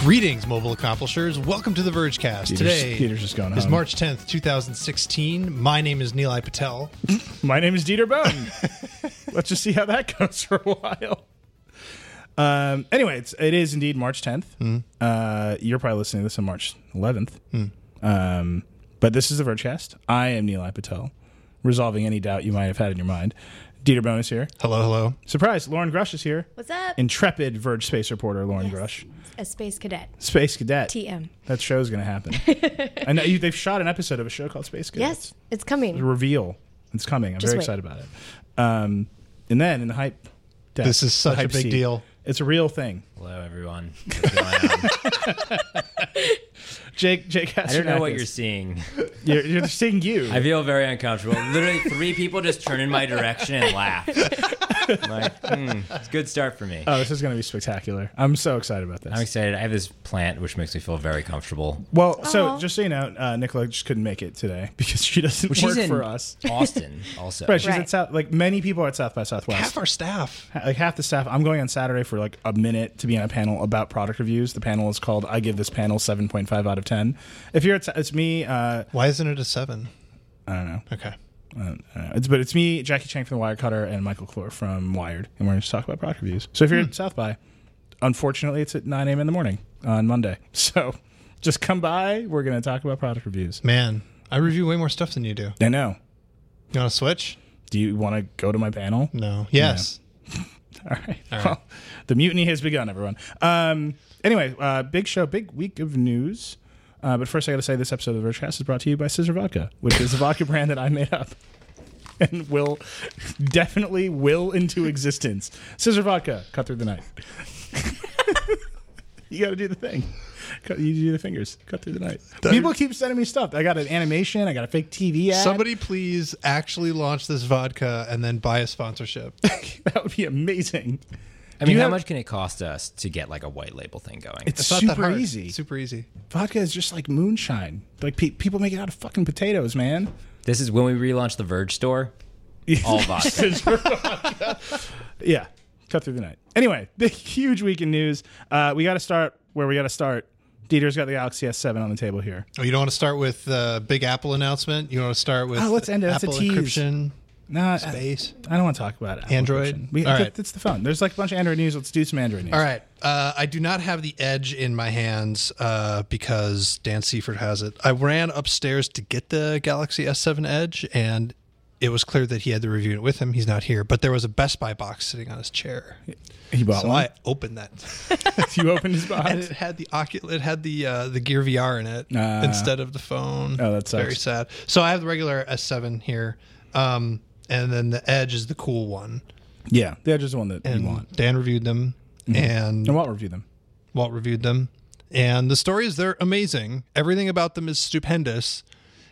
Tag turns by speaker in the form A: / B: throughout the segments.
A: Greetings, mobile accomplishers. Welcome to the Vergecast.
B: Peter's-
A: Today
B: Peter's just going
A: is
B: home.
A: March 10th, 2016. My name is Neil Patel.
B: My name is Dieter Bone. Let's just see how that goes for a while. Um, anyway, it's, it is indeed March 10th.
A: Hmm.
B: Uh, you're probably listening to this on March 11th. Um, but this is the Vergecast. I am Neil Patel, resolving any doubt you might have had in your mind. Dieter Bone is here.
A: Hello, hello.
B: Surprise, Lauren Grush is here.
C: What's up?
B: Intrepid Verge space reporter Lauren
C: Yes.
B: Grush,
C: a space cadet.
B: space cadet.
C: TM.
B: That show's going to happen. I know you, they've shot an episode of a show called Space Cadets.
C: Yes, it's coming.
B: the reveal. It's coming. I'm
C: Just
B: very
C: wait.
B: excited about it. Um, and then in the hype, desk,
A: This is such
B: the hype
A: a big
B: seat,
A: deal.
B: It's a real thing.
D: Hello, everyone. What's going on?
B: Jake, Jake,
D: I don't know what you're seeing.
B: You're, you're seeing you.
D: I feel very uncomfortable. Literally, three people just turn in my direction and laugh. I'm like, hmm, it's a good start for me.
B: oh, this is going to be spectacular. I'm so excited about this.
D: I'm excited. I have this plant, which makes me feel very comfortable.
B: well, so
C: Aw.
B: just so you know, uh, Nicola just couldn't make it today because she doesn't
D: Which
B: work
D: is in
B: for us.
D: Austin, also.
B: Right, she's
C: Right.
B: at South. Like many people are at South by
A: Half
B: Southwest.
A: our staff.
B: Ha- Like half the staff. I'm going on Saturday for like a minute to be on a panel about product reviews. The panel is called "I Give This Panel 7.5 Out of 10." If you're, at, it's me. Uh,
A: Why isn't it a seven?
B: I don't know.
A: Okay.
B: Uh, it's, but it's me, Jackie Chang from the Wire Cutter, and Michael Clore from Wired, and we're going to talk about product reviews. So if you're at South by, unfortunately, it's at 9 a.m. in the morning on Monday. So just come by. We're going to talk about product reviews.
A: Man, I review way more stuff than you do.
B: I know.
A: You want to switch?
B: Do you want to go to my panel?
A: No. Yes.
B: All right. Well, the mutiny has begun, everyone. Um, anyway, uh, big show, big week of news. Uh, but first, I got to say this episode of the Vergecast is brought to you by Scissor Vodka, which is a vodka brand that I made up and will definitely will into existence. Scissor Vodka, cut through the night. you got to do the thing. Cut, you do the fingers. Cut through the night. People keep sending me stuff. I got an animation. I got a fake TV ad.
A: Somebody please actually launch this vodka and then buy a sponsorship.
B: that would be amazing.
D: I mean,
B: you
D: how
B: have-
D: much can it cost us to get like a white label thing going?
B: It's,
A: not that
B: super
A: hard.
B: easy.
A: Super easy.
B: vodka is just like moonshine. Like pe- people make it out of fucking potatoes, man.
D: this is when we relaunch the Verge store. All vodka.
B: Yeah, cut through the night. Anyway, big huge week in news. Uh, we got to start where we got to start. Dieter's got the Galaxy S7 on the table here.
A: Oh, you don't want to start with uh, big Apple announcement? You want to start with
B: Oh, let's end it. That's a
A: Apple
B: tease.
A: encryption?
B: No,
A: Space.
B: I, I don't want to talk about it.
A: Android?
B: We,
A: All right.
B: It's the phone. There's like a bunch of Android news. Let's do some Android news.
A: All right. Uh, I do not have the edge in my hands uh, because Dan Seaford has it. I ran upstairs to get the Galaxy S7 Edge, and it was clear that he had to review it with him. He's not here, but there was a Best Buy box sitting on his chair,
B: He bought
A: so
B: one.
A: I opened that,
B: you opened his
A: and
B: box.
A: it had the Oculus, it had the uh, the Gear VR in it
B: Ah.
A: instead of the phone.
B: Oh, that sucks.
A: Very sad. So I have the regular S7 here, um, and then the Edge is the cool one.
B: yeah, the Edge is the one that
A: And
B: you want. Mm-hmm.
A: Dan reviewed them, and
B: And Walt review them.
A: Walt reviewed them. And the stories, they're amazing. Everything about them is stupendous,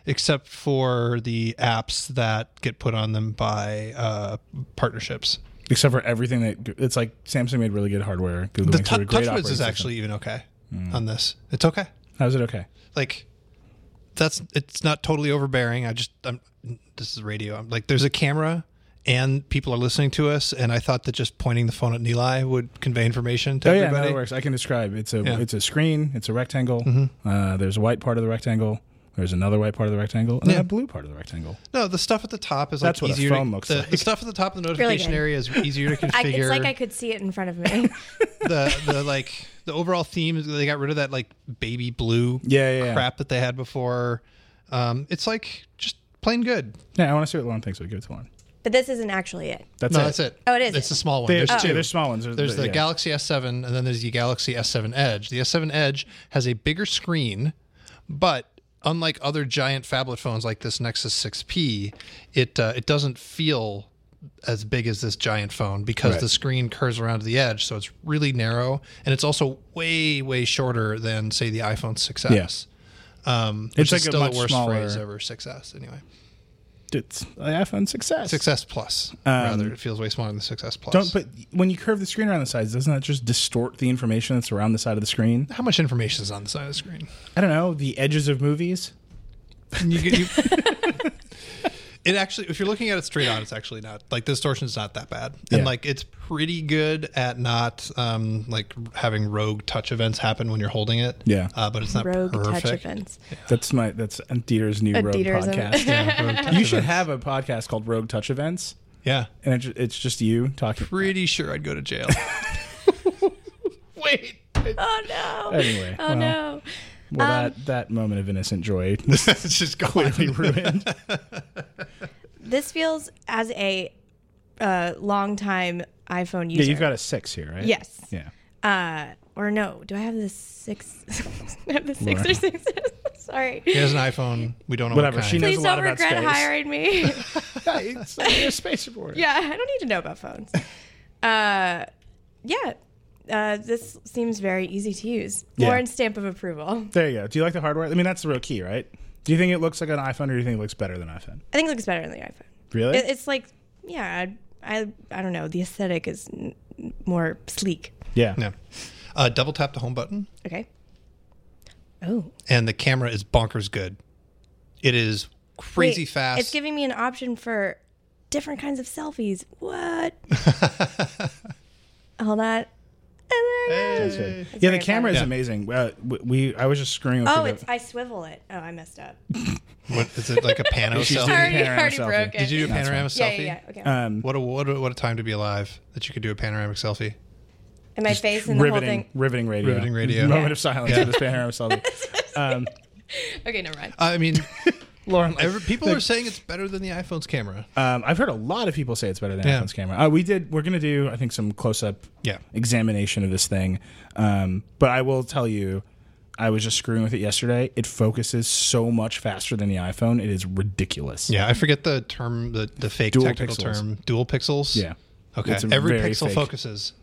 A: except for the apps that get put on them by uh, partnerships.
B: Except for everything that it's like Samsung made really good hardware. Google
A: The
B: makes
A: tou-
B: really great
A: TouchWiz
B: operating
A: is
B: system. Mm.
A: actually even okay on this. It's okay.
B: How is it okay?
A: Like, that's it's not totally overbearing. I just I'm this is radio. I'm like there's a camera and people are listening to us, and I thought that just pointing the phone at Neli would convey information to
B: Oh yeah, no,
A: everybody.
B: it works. I can describe. It's a
A: Yeah. Mm-hmm.
B: it's a screen. It's a rectangle. Uh, there's a white part of the rectangle. There's another white part of the rectangle, and
A: Yeah.
B: then a blue part of the rectangle.
A: No, the stuff at the top is like
B: That's what a
A: easier.
B: phone
A: to,
B: looks
A: the,
B: like.
A: the stuff at the top of the
C: Really
A: notification
C: good.
A: area is easier to
C: I, it's
A: configure.
C: like I could see it in front of me.
A: the the like the overall theme is they got rid of that like baby blue
B: Yeah, yeah, yeah.
A: crap that they had before. Um, it's like just plain good.
B: Yeah, I want to see what Lauren thinks. So give it to Lauren.
C: but this isn't actually it.
B: That's
A: no,
B: it.
A: that's it.
C: Oh, it is
A: It's
C: it?
A: the small one.
B: There's,
A: There's, two.
B: yeah, there's small ones.
A: There's the
B: yeah.
A: Galaxy S7, and then there's the Galaxy S7 Edge. The S7 Edge has a bigger screen, but unlike other giant phablet phones like this Nexus 6P, it uh, it doesn't feel as big as this giant phone because
B: Right.
A: the screen curves around to the edge, so it's really narrow, and it's also way way shorter than say the iPhone 6s.
B: Yes.
A: Um, which
B: It's like
A: is
B: a
A: still
B: much
A: the worst
B: smaller-
A: phrase ever. 6s anyway.
B: It's the iPhone success.
A: 6s plus rather it feels way smaller than the 6s plus.
B: Um, Don't. But when you curve the screen around the sides, doesn't that just distort the information that's around the side of the screen?
A: How much information is on the side of the screen?
B: I don't know. The edges of movies.
A: And you get you. it actually, if you're looking at it straight on, it's actually not like the distortion's not that bad,
B: Yeah.
A: and like it's pretty good at not um like having rogue touch events happen when you're holding it.
B: Yeah.
A: uh, but it's not
C: Rogue
A: perfect.
C: touch events.
B: That's my that's Dieter's new
C: A
B: rogue
C: Dieter's-
B: podcast.
A: Yeah, rogue touch
B: you should
A: events.
B: have a podcast called Rogue Touch Events,
A: Yeah,
B: and it, ju- it's just you talking.
A: pretty sure I'd go to jail. Wait,
C: Oh no.
B: Anyway,
C: Oh
B: well,
C: no.
B: well,
C: Um,
B: that that moment of innocent joy
A: it's just
B: be
A: clearly
B: ruined.
C: This feels as a uh, long time iPhone user.
B: yeah, you've got a six here, right?
C: Yes.
B: Yeah.
C: Uh, or no? Do I have the six? I have the six or six? Sorry.
A: he has an iPhone. We don't know
B: Whatever,
A: What kind.
B: she knows-
C: Please
B: a lot
C: don't
B: about
C: regret
B: space.
C: hiring me.
B: yeah it's, you're a space reporter.
C: yeah, I don't need to know about phones. Uh, yeah. Uh, this seems very easy to use.
B: Yeah.
C: Lauren's stamp of approval.
B: There you go. Do you like the hardware? I mean, that's the real key, right? Do you think it looks like an iPhone, or do you think it looks better than iPhone?
C: I think it looks better than the iPhone.
B: Really?
C: It, it's like, yeah, I, I, I don't know. The aesthetic is n- more sleek.
B: yeah.
A: Yeah. Uh, double tap the home button,
C: Okay. Oh,
A: and the camera is bonkers good. It is crazy
C: Wait,
A: fast.
C: It's giving me an option for different kinds of selfies. What? Hold on.
B: That's good.
C: That's
B: yeah, the
C: very
B: camera is
A: Yeah.
B: amazing. Uh, w- we I was just screwing.
C: Oh,
B: with
C: it's I swivel it. Oh, I messed up.
A: What is it like a pano
B: She's
A: selfie?
B: doing
C: Already,
B: panorama
C: already
B: selfie.
C: broke it.
A: Did you do a panorama
C: Yeah,
A: selfie?
C: yeah, yeah. Okay.
B: um,
A: What a what a, what a time to be alive that you could do a panoramic selfie.
C: and my face and the whole
B: riveting,
C: thing.
B: riveting radio,
A: Riveting radio.
B: Moment
C: Yeah.
B: of silence for this panorama selfie. Um,
C: Okay, never mind.
A: I mean,
B: Lauren, like,
A: every, people are saying it's better than the iPhone's camera.
B: um, I've heard a lot of people say it's better than
A: Yeah.
B: iPhone's camera. Uh, we did. We're gonna do, I think, some close-up
A: Yeah.
B: examination of this thing. Um, but I will tell you, I was just screwing with it yesterday. It focuses so much faster than the iPhone. It is ridiculous.
A: Yeah, I forget the term, the, the fake
B: Dual
A: technical
B: pixels.
A: term, dual pixels.
B: Yeah.
A: Okay.
B: It's a
A: Every
B: very
A: pixel
B: fake-
A: focuses.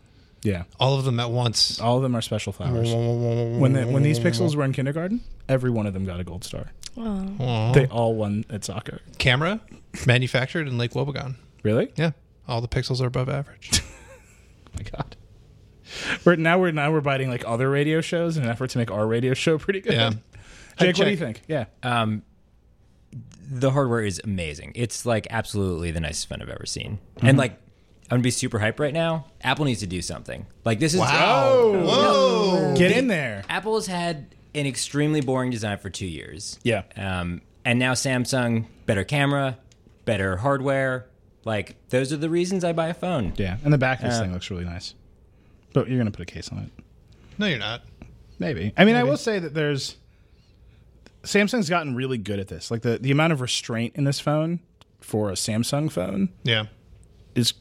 B: Yeah.
A: All of them at once.
B: All of them are special flowers.
A: When
B: When the, when these pixels were in kindergarten, every one of them got a gold star.
C: Oh.
B: They all won at soccer.
A: camera manufactured in Lake Wobegon.
B: Really?
A: Yeah. All the pixels are above average. Oh
B: my god. We're now we're now we're biting like other radio shows in an effort to make our radio show pretty good.
A: Yeah.
B: Jake, what
A: check.
B: do you think? Yeah.
D: Um, the hardware is amazing. It's like absolutely the nicest phone I've ever seen.
B: Mm-hmm.
D: And like, I'm gonna be super hype right now. Apple needs to do something. Like this is
B: Whoa. Get in there.
D: Apple has had an extremely boring design for two years.
B: Yeah.
D: Um, and now Samsung, better camera, better hardware. Like those are the reasons I buy a phone.
B: Yeah. And the back of this thing looks really nice. But you're gonna put a case on it.
A: No, you're not.
B: Maybe. I mean, I will say that there's Samsung's gotten really good at this. Like the, the amount of restraint in this phone for a Samsung phone
A: Yeah.
B: is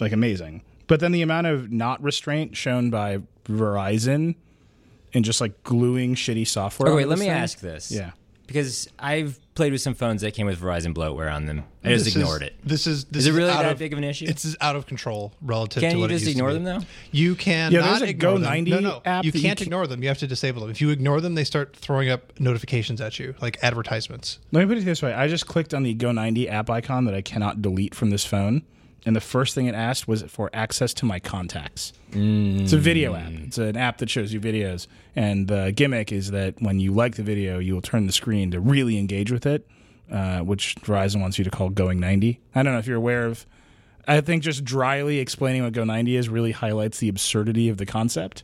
B: like amazing. But then the amount of not restraint shown by Verizon and just like gluing shitty software.
D: Okay, wait,
B: onto
D: let
B: this
D: me
B: thing.
D: ask this.
B: Yeah.
D: Because I've played with some phones that came with Verizon bloatware on them. I just
A: This
D: ignored
A: is,
D: it.
A: This is this
D: Is it really
A: out
D: that
A: of,
D: big of an issue?
A: It's just out of control relative
D: Can
A: to
D: you
A: what it
D: just
A: used to
D: ignore
A: be.
D: them, though?
A: You can.
B: Yeah,
A: not
B: there's a
A: ignore
B: Go
A: them.
B: 90
A: no, no.
B: app
A: You
B: that you
A: can't
B: can-
A: ignore them. You have to disable them. If you ignore them, they start throwing up notifications at you, like advertisements.
B: Let me put it this way. I just clicked on the Go 90 app icon that I cannot delete from this phone. And the first thing it asked was for access to my contacts. It's a video app. It's an app that shows you videos. And the gimmick is that when you like the video, you will turn the screen to really engage with it, uh, which Verizon wants you to call Going 90. I don't know if you're aware of. I think just dryly explaining what Go 90 is really highlights the absurdity of the concept.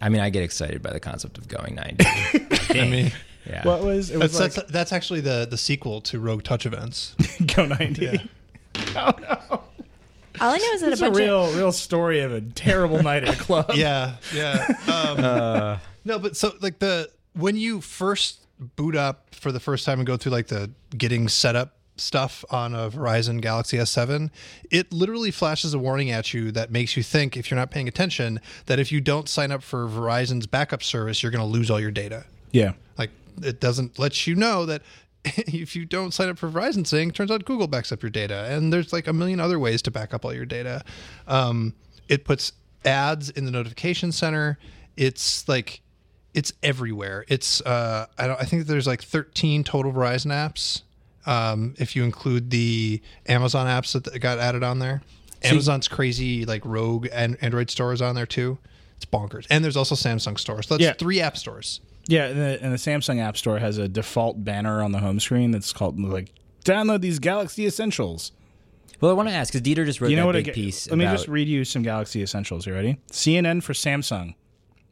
D: I mean, I get excited by the concept of going 90. I mean, yeah.
B: What was it? Was
A: That's, that's, that's actually the, the sequel to Rogue Touch Events.
B: like Go 90.
C: All I know is that
B: It's
C: a
B: a
C: bunch of
B: real, real story of a terrible night at a club.
A: yeah, yeah. Um, No, but so like the when you first boot up for the first time and go through like the getting setup stuff on a Verizon Galaxy S7, it literally flashes a warning at you that makes you think if you're not paying attention that if you don't sign up for Verizon's backup service, you're going to lose all your data.
B: Yeah.
A: Like it doesn't let you know that if you don't sign up for Verizon Sync, turns out Google backs up your data, and there's like a million other ways to back up all your data. Um, it puts ads in the notification center. It's like it's everywhere. It's uh, I don't I think there's like 13 total Verizon apps. Um, if you include the Amazon apps that got added on there, Amazon's crazy like rogue and Android stores on there too. It's bonkers. And there's also Samsung stores. So that's
B: Yeah.
A: three app stores.
B: Yeah, and the, and the Samsung App Store has a default banner on the home screen that's called like Download these Galaxy Essentials.
D: Well, I want to ask because Dieter just wrote
B: You know
D: that
B: what? I
D: big
B: get-
D: piece.
B: Let me
D: about-
B: just read you some Galaxy Essentials. You ready? CNN for Samsung.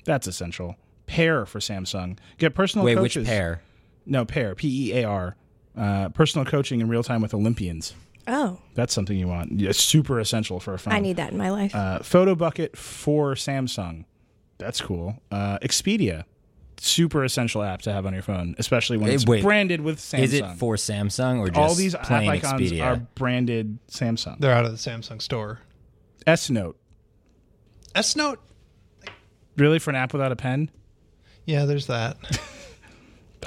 B: That's essential. Pair for Samsung. Get personal
D: wait.
B: coaches.
D: Which pair?
B: No, pair. P E A R. Uh, personal coaching in real time with Olympians.
C: Oh,
B: That's something you want. Yeah, super essential for a phone.
C: I need that in my life.
B: Oh. uh, Photo Bucket for Samsung. That's cool. Uh, Expedia. Super essential app to have on your phone, especially when
D: Eh,
B: it's
D: wait.
B: branded with Samsung.
D: Is it for Samsung or just
B: all these app
D: plain
B: icons
D: Expedia?
B: are branded Samsung?
A: They're out of the Samsung store.
B: S Note.
A: S Note.
B: Really for an app without a pen?
A: Yeah, there's that.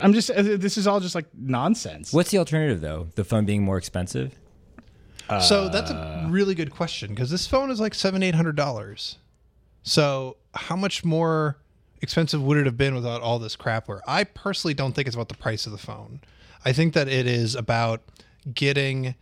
B: I'm just. uh, This is all just like nonsense.
D: What's the alternative though? The phone being more expensive?
A: so
B: Uh.
A: that's a really good question because this phone is like seven, eight hundred dollars. So how much more expensive would it have been without all this crapware? I personally don't think it's about the price of the phone. I think that it is about getting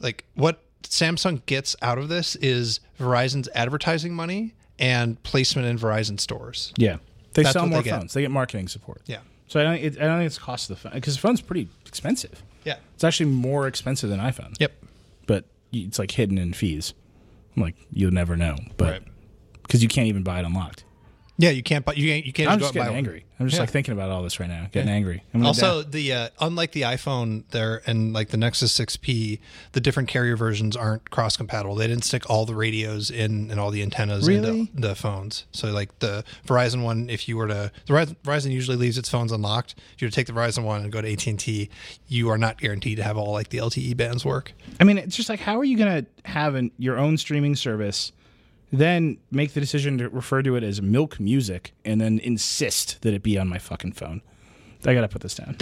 A: like what Samsung gets out of this is Verizon's advertising money and placement in Verizon stores.
B: Yeah, they
A: That's
B: sell
A: what
B: more
A: they get.
B: phones. They get marketing support.
A: Yeah.
B: So I don't. It, I don't think it's the cost of the phone because the phone's pretty expensive.
A: Yeah.
B: It's actually more expensive than iPhone.
A: Yep.
B: But y- it's like hidden in fees. Like you'll never know, but because you can't even buy it unlocked.
A: Yeah, you can't buy you can't you can't
B: I'm
A: just
B: just
A: go out and buy
B: getting
A: one.
B: angry. I'm just
A: Yeah.
B: like thinking about all this right now. Getting angry. I'm gonna
A: Also, the uh, unlike the iPhone, there and like the Nexus 6P, the different carrier versions aren't cross compatible. They didn't stick all the radios in and all the antennas
B: Really?
A: in the, the phones. So like the Verizon one, if you were to the Verizon, Verizon usually leaves its phones unlocked. If you were to take the Verizon one and go to AT and T, you are not guaranteed to have all like the LTE bands work.
B: I mean, it's just like, how are you going to have an, your own streaming service, then make the decision to refer to it as milk music, and then insist that it be on my fucking phone? I got to put this down.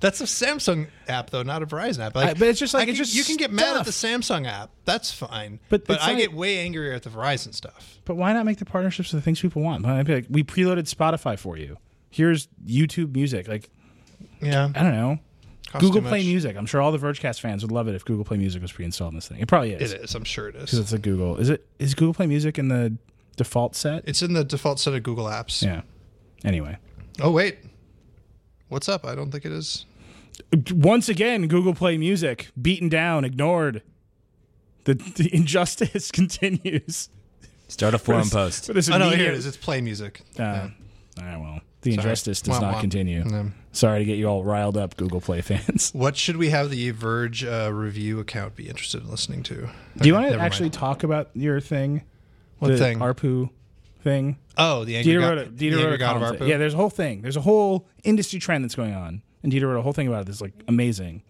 A: That's a Samsung app though, not a Verizon app.
B: I- but it's just like,
A: I
B: it's
A: can-
B: just
A: you can get mad at the
B: stuff.
A: Samsung app. That's fine.
B: But
A: But
B: it's
A: I
B: like-
A: get way angrier at the Verizon stuff.
B: but why not make the partnerships with the things people want? Why not be like, we preloaded Spotify for you. Here's YouTube music. Like,
A: Yeah.
B: I don't know.
A: Costs
B: Google
A: too
B: Play
A: much.
B: Music. I'm sure all the Vergecast fans would love it if Google Play Music was pre-installed in this thing. It probably is.
A: It is. I'm sure it is.
B: It's a Google. Is it? Is Google Play Music in the default set?
A: It's in the default set of Google Apps.
B: yeah. Anyway.
A: Oh wait, what's up? I don't think it is.
B: once again, Google Play Music beaten down, ignored. The, the injustice continues.
D: Start a forum post.
B: For this
A: Oh no,
B: immediate-
A: here it is. It's play music.
B: Uh, all right, well, the injustice does
A: Womp
B: not
A: womp.
B: continue.
A: No.
B: Sorry to get you all riled up, Google Play fans.
A: What should we have the Verge uh, review account be interested in listening to?
B: Do you want to
A: never mind.
B: actually talk about your thing?
A: What
B: the
A: thing?
B: ARPU thing.
A: oh, the angry
B: Dieter
A: god,
B: wrote a,
A: the
B: Dieter
A: angry
B: wrote a
A: god
B: column
A: of
B: today.
A: Arpu.
B: Yeah, there's a whole thing. There's a whole industry trend that's going on, and Dieter wrote a whole thing about it. That's like amazing.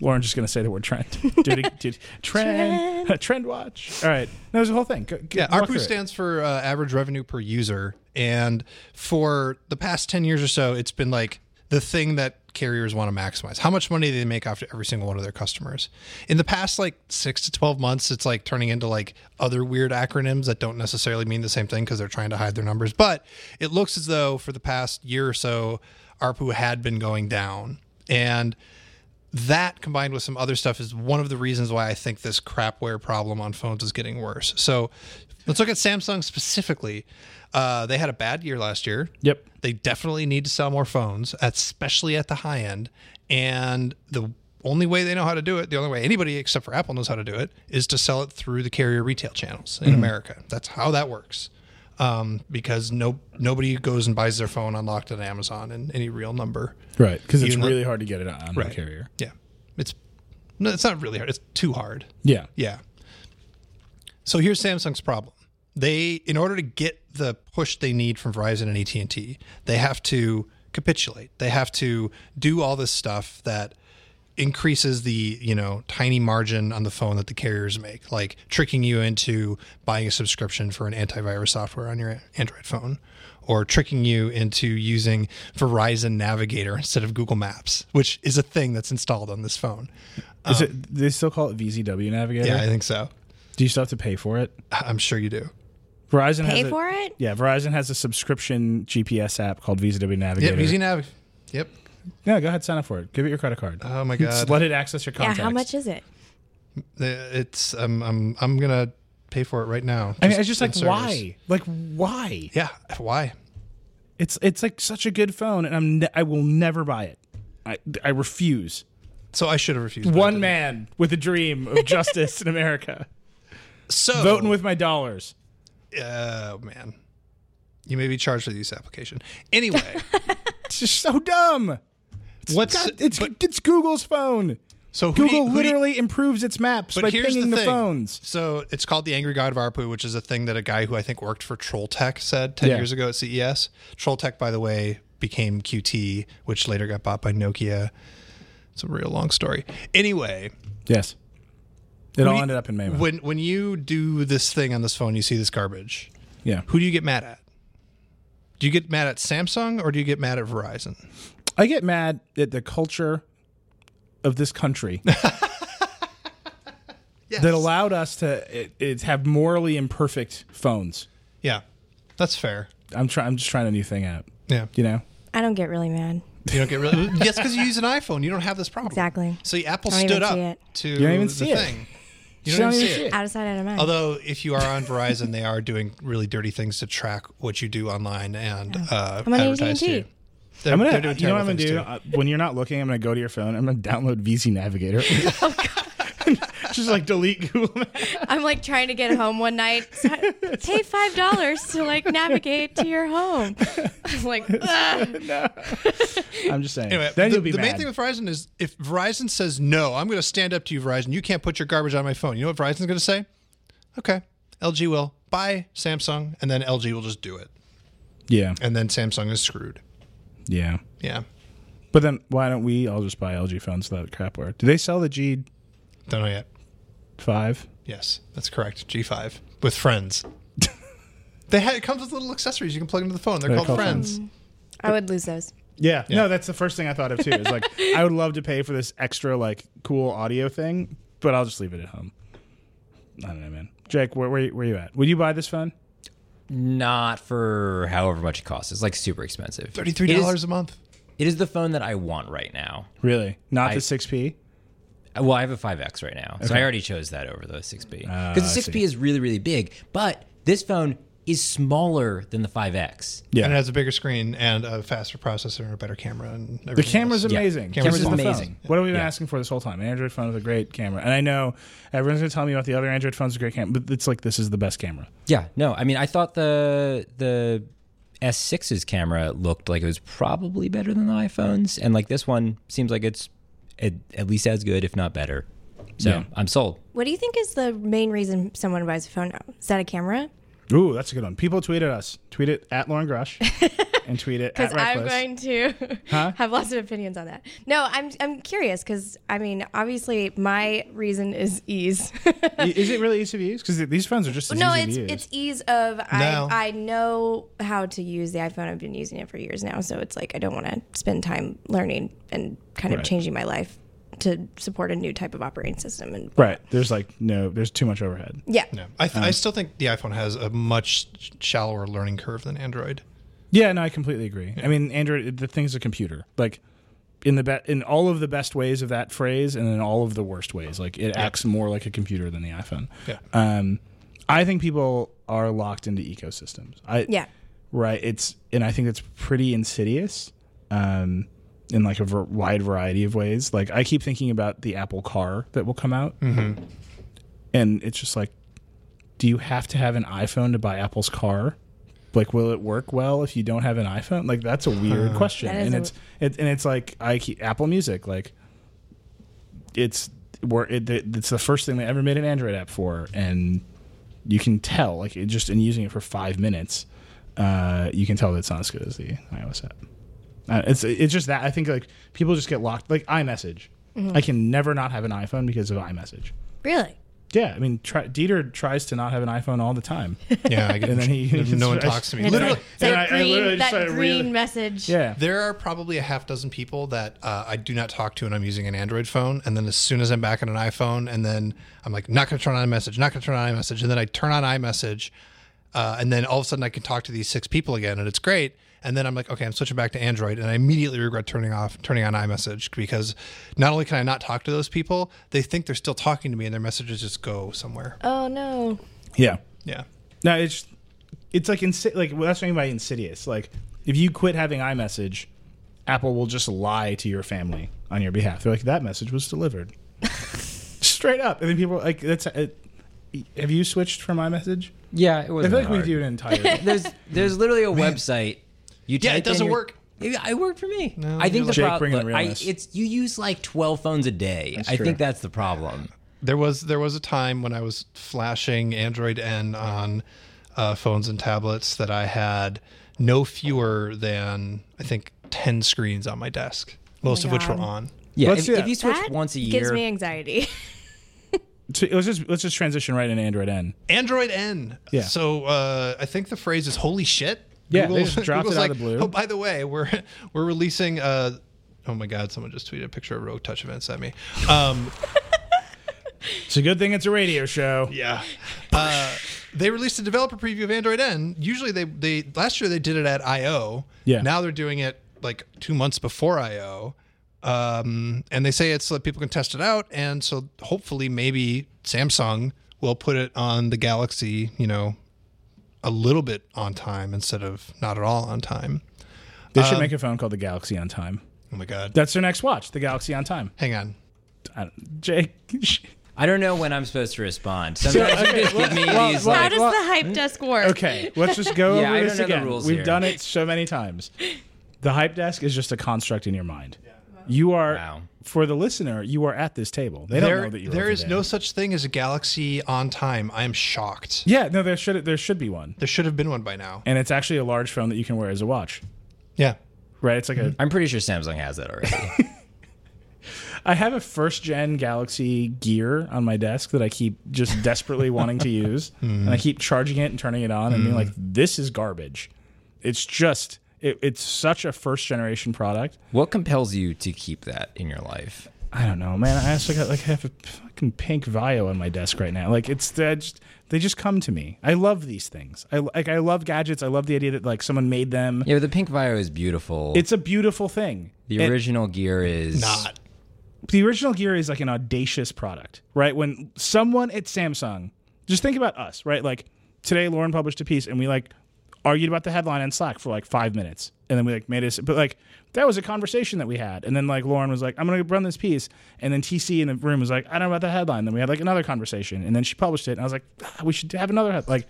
B: Lauren's just gonna say the word trend. Dude, it- dude, trend, trend. watch. All right, no, there's a whole thing. Go, go-
A: Yeah,
B: walk
A: ARPU
B: through it.
A: stands for uh, average revenue per user, and for the past ten years or so, it's been like the thing that carriers want to maximize. How much money do they make off every single one of their customers? In the past like six to twelve months, it's like turning into like other weird acronyms that don't necessarily mean the same thing because they're trying to hide their numbers. But it looks as though for the past year or so, ARPU had been going down, and that combined with some other stuff is one of the reasons why I think this crapware problem on phones is getting worse. So let's look at Samsung specifically. Uh, they had a bad year last year.
B: Yep.
A: They definitely need to sell more phones, especially at the high end. And the only way they know how to do it, the only way anybody except for Apple knows how to do it, is to sell it through the carrier retail channels in America. That's how that works. Um, because no nobody goes and buys their phone unlocked at Amazon in any real number.
B: Right, because it's
A: Even though-
B: really hard to get it on the
A: Right.
B: carrier.
A: Yeah. It's no, it's not really hard. It's too hard.
B: Yeah,
A: Yeah. So here's Samsung's problem. They in order to get the push they need from Verizon and AT&T, they have to capitulate. They have to do all this stuff that increases the, you know, tiny margin on the phone that the carriers make, like tricking you into buying a subscription for an antivirus software on your Android phone or tricking you into using Verizon Navigator instead of Google Maps, which is a thing that's installed on this phone.
B: is it? They still call it VZW Navigator.
A: Yeah, I think so.
B: Do you still have to pay for it?
A: I'm sure you do.
B: Verizon
C: Pay
B: has a-
C: for it?
B: Yeah, Verizon has a subscription GPS app called VZW
A: Yep,
B: Navigator.
A: easy nav. Yep.
B: yeah, go ahead, sign up for it. Give it your credit card.
A: Oh my
B: Just
A: god.
B: let it access your
C: yeah,
B: contacts.
C: how much is it?
A: It's um, I'm I'm gonna pay for it right now.
B: I mean, it's just
A: in
B: like
A: service.
B: why? Like why?
A: Yeah, why?
B: It's it's like such a good phone, and I'm ne- I will never buy it. I I refuse.
A: So I should have refused. but I
B: One
A: didn't.
B: man with a dream of justice in America.
A: So
B: Voting with my dollars.
A: Oh man, you may be charged with use application. Anyway,
B: It's just so dumb.
A: what's
B: God, it's, it's Google's phone.
A: so who do you-
B: Google
A: who do you-
B: literally improves its maps by pinging the, phones.
A: So it's called the Angry God of Arpu, which is a thing that a guy who I think worked for Troll Tech said 10
B: Yeah.
A: years ago at CES. Troll Tech, by the way, became QT, which later got bought by Nokia. It's a real long story. Anyway,
B: Yes. It all
A: we-
B: ended up in Mayo.
A: When when you do this thing on this phone, you see this garbage.
B: Yeah.
A: Who do you get mad at? Do you get mad at Samsung or do you get mad at Verizon?
B: I get mad at the culture of this country
A: Yes.
B: that allowed us to it, it's have morally imperfect phones.
A: yeah, that's fair.
B: I'm trying. I'm just trying a new thing out.
A: Yeah,
B: You know.
C: I don't get really mad.
A: you don't get really. yes, because you use an iPhone, you don't have this problem.
C: Exactly.
A: See, Apple
C: Don't even
A: stood
C: see
A: up
C: it.
A: to
B: don't even
A: the
B: see it.
A: thing. You don't, even see it.
C: Out of sight, out of mind.
A: Although, if you are on Verizon, they are doing really dirty things to track what you do online and uh,
C: I'm on
A: advertise to
C: AT&T.
A: you. They're,
B: I'm gonna.
A: they're doing
B: you know
A: terrible
B: what I'm gonna
A: things
B: do?
A: too.
B: Uh, when you're not looking, I'm gonna go to your phone. I'm gonna download VZ Navigator. just like delete Google Maps.
C: Oh I'm like trying to get home one night. So I- Pay five dollars to like navigate to your home. I'm like, "Ugh."
B: I'm just saying.
A: Anyway,
B: then
A: the,
B: you'll be
A: the
B: mad.
A: main thing with Verizon is if Verizon says no, I'm going to stand up to you, Verizon. You can't put your garbage on my phone. You know what Verizon's going to say? Okay, LG will. Bye, Samsung, and then LG will just do it,
B: yeah.
A: and then Samsung is screwed.
B: Yeah.
A: Yeah,
B: But then why don't we all just buy LG phones without crapware? Do they sell the G5?
A: don't know yet. Yes, that's correct. G5 with friends. they ha- it comes with little accessories you can plug into the phone. They're,
B: They're
A: called,
B: called
A: friends.
C: I would lose those.
B: Yeah. No, that's the first thing I thought of too. Is like I would love to pay for this extra like cool audio thing, but I'll just leave it at home. I don't know, man. Jake, where where, where you at? Would you buy this phone?
D: Not for however much it costs. It's like super expensive.
A: Thirty-three
D: It is-
A: dollars a month.
D: It is the phone that I want right now.
B: Really? Not
D: I-
B: the 6P?
D: Well, I have a 5X right now, so I already chose that over the 6P
B: Ah,
D: because
B: I
D: the 6P
B: see.
D: is really really big. But this phone is smaller than the 5X.
B: Yeah.
A: And it has a bigger screen and a faster processor and a better camera and everything.
B: The camera's
A: else.
D: Yeah.
B: amazing.
A: Camera's
B: This is the
D: amazing.
B: phone. What have we been
D: Yeah.
B: asking for this whole time? An Android phone with a great camera. And I know everyone's going to tell me about the other Android phones with a great camera, but it's like this is the best camera.
D: Yeah, no, I mean I thought the the S6's camera looked like it was probably better than the iPhones, and like this one seems like it's at, at least as good, if not better. So
B: Yeah.
D: I'm sold.
C: What do you think is the main reason someone buys a phone now? Is that a camera?
B: Ooh, that's a good one. People tweet at us. Tweet it at Lauren Grush and tweet it at
C: Because I'm
B: Reckless.
C: going to have lots of opinions on that. No, I'm I'm curious because I mean, obviously, my reason is ease.
B: I- is it really easy to use? Because these phones are just as
C: no,
B: easy
C: it's
B: to use.
C: it's ease of
A: No.
C: I I know how to use the iPhone. I've been using it for years now, so it's like I don't want to spend time learning and kind
B: Right.
C: of changing my life to support a new type of operating system. And
B: right. There's like no. There's too much overhead.
C: yeah,
A: No, I, th- I
B: Um,
A: still think the iPhone has a much shallower learning curve than Android.
B: Yeah, no, I completely agree. I mean, Android, the thing's a computer. Like in the be- in all of the best ways of that phrase, and in all of the worst ways. Like it acts more like a computer than the iPhone.
A: Yeah.
B: Um, I think people are locked into ecosystems. I
C: yeah.
B: Right. It's and I think that's pretty insidious. Um. In like a ver- wide variety of ways, like I keep thinking about the Apple Car that will come out, and it's just like, do you have to have an iPhone to buy Apple's car? Like, will it work well if you don't have an iPhone? Like, that's a weird question,
C: That is
B: and
C: a-
B: it's it, and it's like I keep Apple Music, like it's where it, it's the first thing they ever made an Android app for, and you can tell like it just in using it for five minutes, uh, you can tell that it's not as good as the iOS app. Uh, it's it's just that I think like people just get locked like iMessage.
C: Mm-hmm.
B: I can never not have an iPhone because of iMessage.
C: Really?
B: Yeah, I mean, try, Dieter tries to not have an iPhone all the time.
A: Yeah, I get,
B: And then he-
A: no one talks to me.
B: And
A: Literally,
B: I-
C: that
B: I- I
C: green,
B: literally just
C: that
B: started
C: green
B: really-
C: message.
B: Yeah,
A: there are probably a half dozen people that uh, I do not talk to, and I'm using an Android phone. And then as soon as I'm back on an iPhone, and then I'm like, not going to turn on iMessage, not going to turn on iMessage, and then I turn on iMessage, uh, and then all of a sudden I can talk to these six people again, and it's great. And then I'm like, okay, I'm switching back to Android, and I immediately regret turning off, turning on iMessage because not only can I not talk to those people, they think they're still talking to me, and their messages just go somewhere.
B: Uh,
C: Oh no.
B: yeah.
A: Yeah.
B: No, it's it's like insi- like well, that's what I mean by insidious. Like if you quit having iMessage, Apple will just lie to your family on your behalf. They're like, that message was delivered, straight up. And then people are like, that's. It, have you switched from iMessage?
D: Yeah, it was.
B: I feel like we do it entirely.
D: There's there's literally a website. You
A: Yeah,
D: type
A: it doesn't
D: in your-
A: work.
D: Yeah, it worked for me. I
A: you're
D: think the
B: Jake,
D: problem.
B: bring in the
D: I,
B: realness.
D: it's you use like twelve phones a day. I
B: true.
D: think that's the problem.
A: There was there was a time when I was flashing Android N on uh, phones and tablets that I had no fewer than I think ten screens on my desk, most of which were
C: God.
A: on.
D: Yeah,
B: Let's
D: if,
B: do
D: if
B: that.
D: you switch
C: That
D: once a year,
C: gives me anxiety.
B: So let's just let's just transition right into Android N.
A: Android N.
B: Yeah.
A: So uh, I think the phrase is "Holy shit."
B: Yeah, they just dropped it out of the blue.
A: Oh, by the way, we're we're releasing. Uh, oh my God! Someone just tweeted a picture of Rogue Touch Events at me. Um,
B: It's a good thing it's a radio show.
A: Yeah. Uh, they released a developer preview of Android N. Usually they they last year they did it at I/O.
B: Yeah.
A: Now they're doing it like two months before I/O, um, and they say it's so that people can test it out, and so hopefully maybe Samsung will put it on the Galaxy. You know, a little bit on time instead of not at all on time.
B: They
A: Um,
B: should make a phone called the Galaxy on Time.
A: Oh my God.
B: That's their next watch, the Galaxy on Time.
A: Hang on.
B: I don't- Jake.
D: I don't know when I'm supposed to respond. Sometimes you just give me
B: well,
D: these
B: well,
C: How
D: like.
C: does the hype desk work?
B: Okay, let's just go
D: Yeah,
B: over
D: I don't
B: this
D: know the
B: again.
D: rules
B: We've
D: here.
B: done it so many times. The hype desk is just a construct in your mind. You are
D: Wow.
B: for the listener. You are at this table. They don't
A: There,
B: know that you're.
A: there
B: over
A: is
B: there.
A: no such thing as a Galaxy on time. I am shocked.
B: Yeah, no. There should there should be one,
A: There should have been one by now.
B: and it's actually a large phone that you can wear as a watch.
A: Yeah.
B: Right? It's like a.
D: I'm pretty sure Samsung has that already.
B: I have a first gen Galaxy Gear on my desk that I keep just desperately wanting to use, and I keep charging it and turning it on and being like, "This is garbage." It's just it, it's such a first generation product.
D: what compels you to keep that in your life?
B: I don't know, man. I also got like I have a fucking pink Vio on my desk right now. Like it's they just, they just come to me. I love these things. I like I love gadgets. I love the idea that like someone made them.
D: Yeah, but the pink Vio is beautiful.
B: It's a beautiful thing.
D: the original gear is
A: Not.
B: the original gear is like an audacious product, right? When someone at Samsung, just think about us, right? Like today, Lauren published a piece, and we like argued about the headline on Slack for like five minutes, and then we like made us, but like that was a conversation that we had, and then like Lauren was like, "I'm gonna run this piece," and then TC in the room was like, "I don't know about the headline." Then we had like another conversation, and then she published it, and I was like, ah, "We should have another head-. like,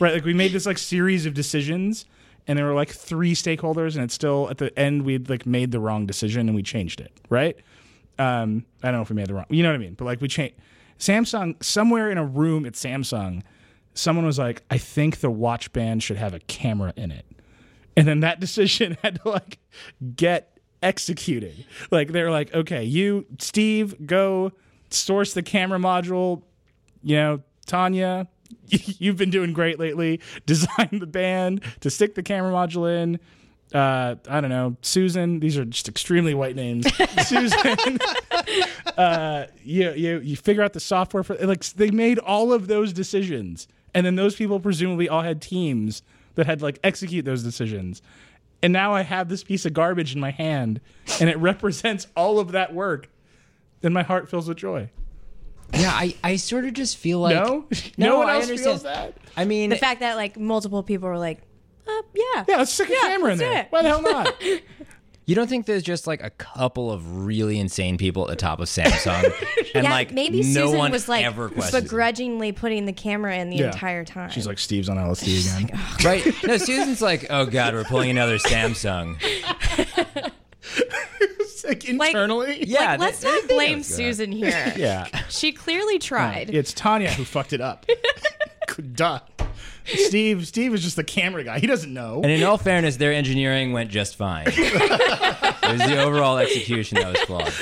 B: right?" Like we made this like series of decisions. And there were like three stakeholders, and it's still at the end we'd like made the wrong decision and we changed it, right? um, I don't know if we made the wrong, you know what I mean? But like we changed Samsung somewhere in a room at Samsung, someone was like, I think the watch band should have a camera in it. And then that decision had to like get executed. Like they're like, okay, you, Steve, go source the camera module. You know, Tanya, you've been doing great lately. Design the band to stick the camera module in. Uh, I don't know, Susan. These are just extremely white names. Susan, uh, you, you you figure out the software for like they made all of those decisions, and then those people presumably all had teams that had like execute those decisions. And now I have this piece of garbage in my hand, and it represents all of that work. Then my heart fills with joy.
D: Yeah, I, I sort of just feel like
B: no,
D: no,
B: no one
D: I
B: else
D: understand.
B: feels that.
D: I mean,
C: The fact that like multiple people were like, uh, yeah.
B: Yeah, let's stick a camera in
C: let's do
B: there.
C: it.
B: Why the hell not?
D: you don't think there's just like a couple of really insane people at the top of Samsung, and
C: Yeah,
D: like
C: maybe
D: no
C: Susan
D: one
C: was like
D: ever questions. it.
C: begrudgingly putting the camera in the entire time.
B: She's "Oh, like, Steve's on LSD again.
D: Right? No, Susan's like, oh god, we're pulling another Samsung.
B: like
C: Like-
B: internally.
D: Yeah,
C: like, let's
D: they-
C: not
D: they-
C: blame
D: that's good.
C: Susan here.
B: yeah.
C: She clearly tried.
B: It's Tanya who fucked it up. Duh. Steve Steve is just the camera guy. He doesn't know.
D: And in all fairness, their engineering went just fine. it was the overall execution that was flawed.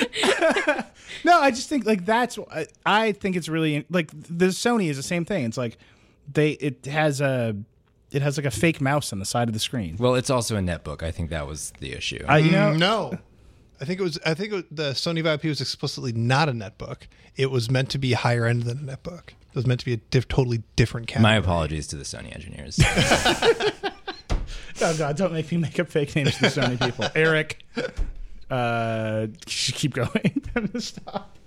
B: No, I just think like that's I, I think it's really like the Sony is the same thing. It's like they it has a it has like a fake mouse on the side of the screen.
D: Well, it's also a netbook. I think that was the issue.
B: I, you know,
A: Mm, no. I think it was. I think it was, the Sony Vive P was explicitly not a netbook. It was meant to be higher end than a netbook. It was meant to be a diff, totally different
D: My
A: category.
D: apologies to the Sony engineers.
B: oh god, don't make me make up fake names for the Sony people. Eric, uh, keep going. I'm gonna stop.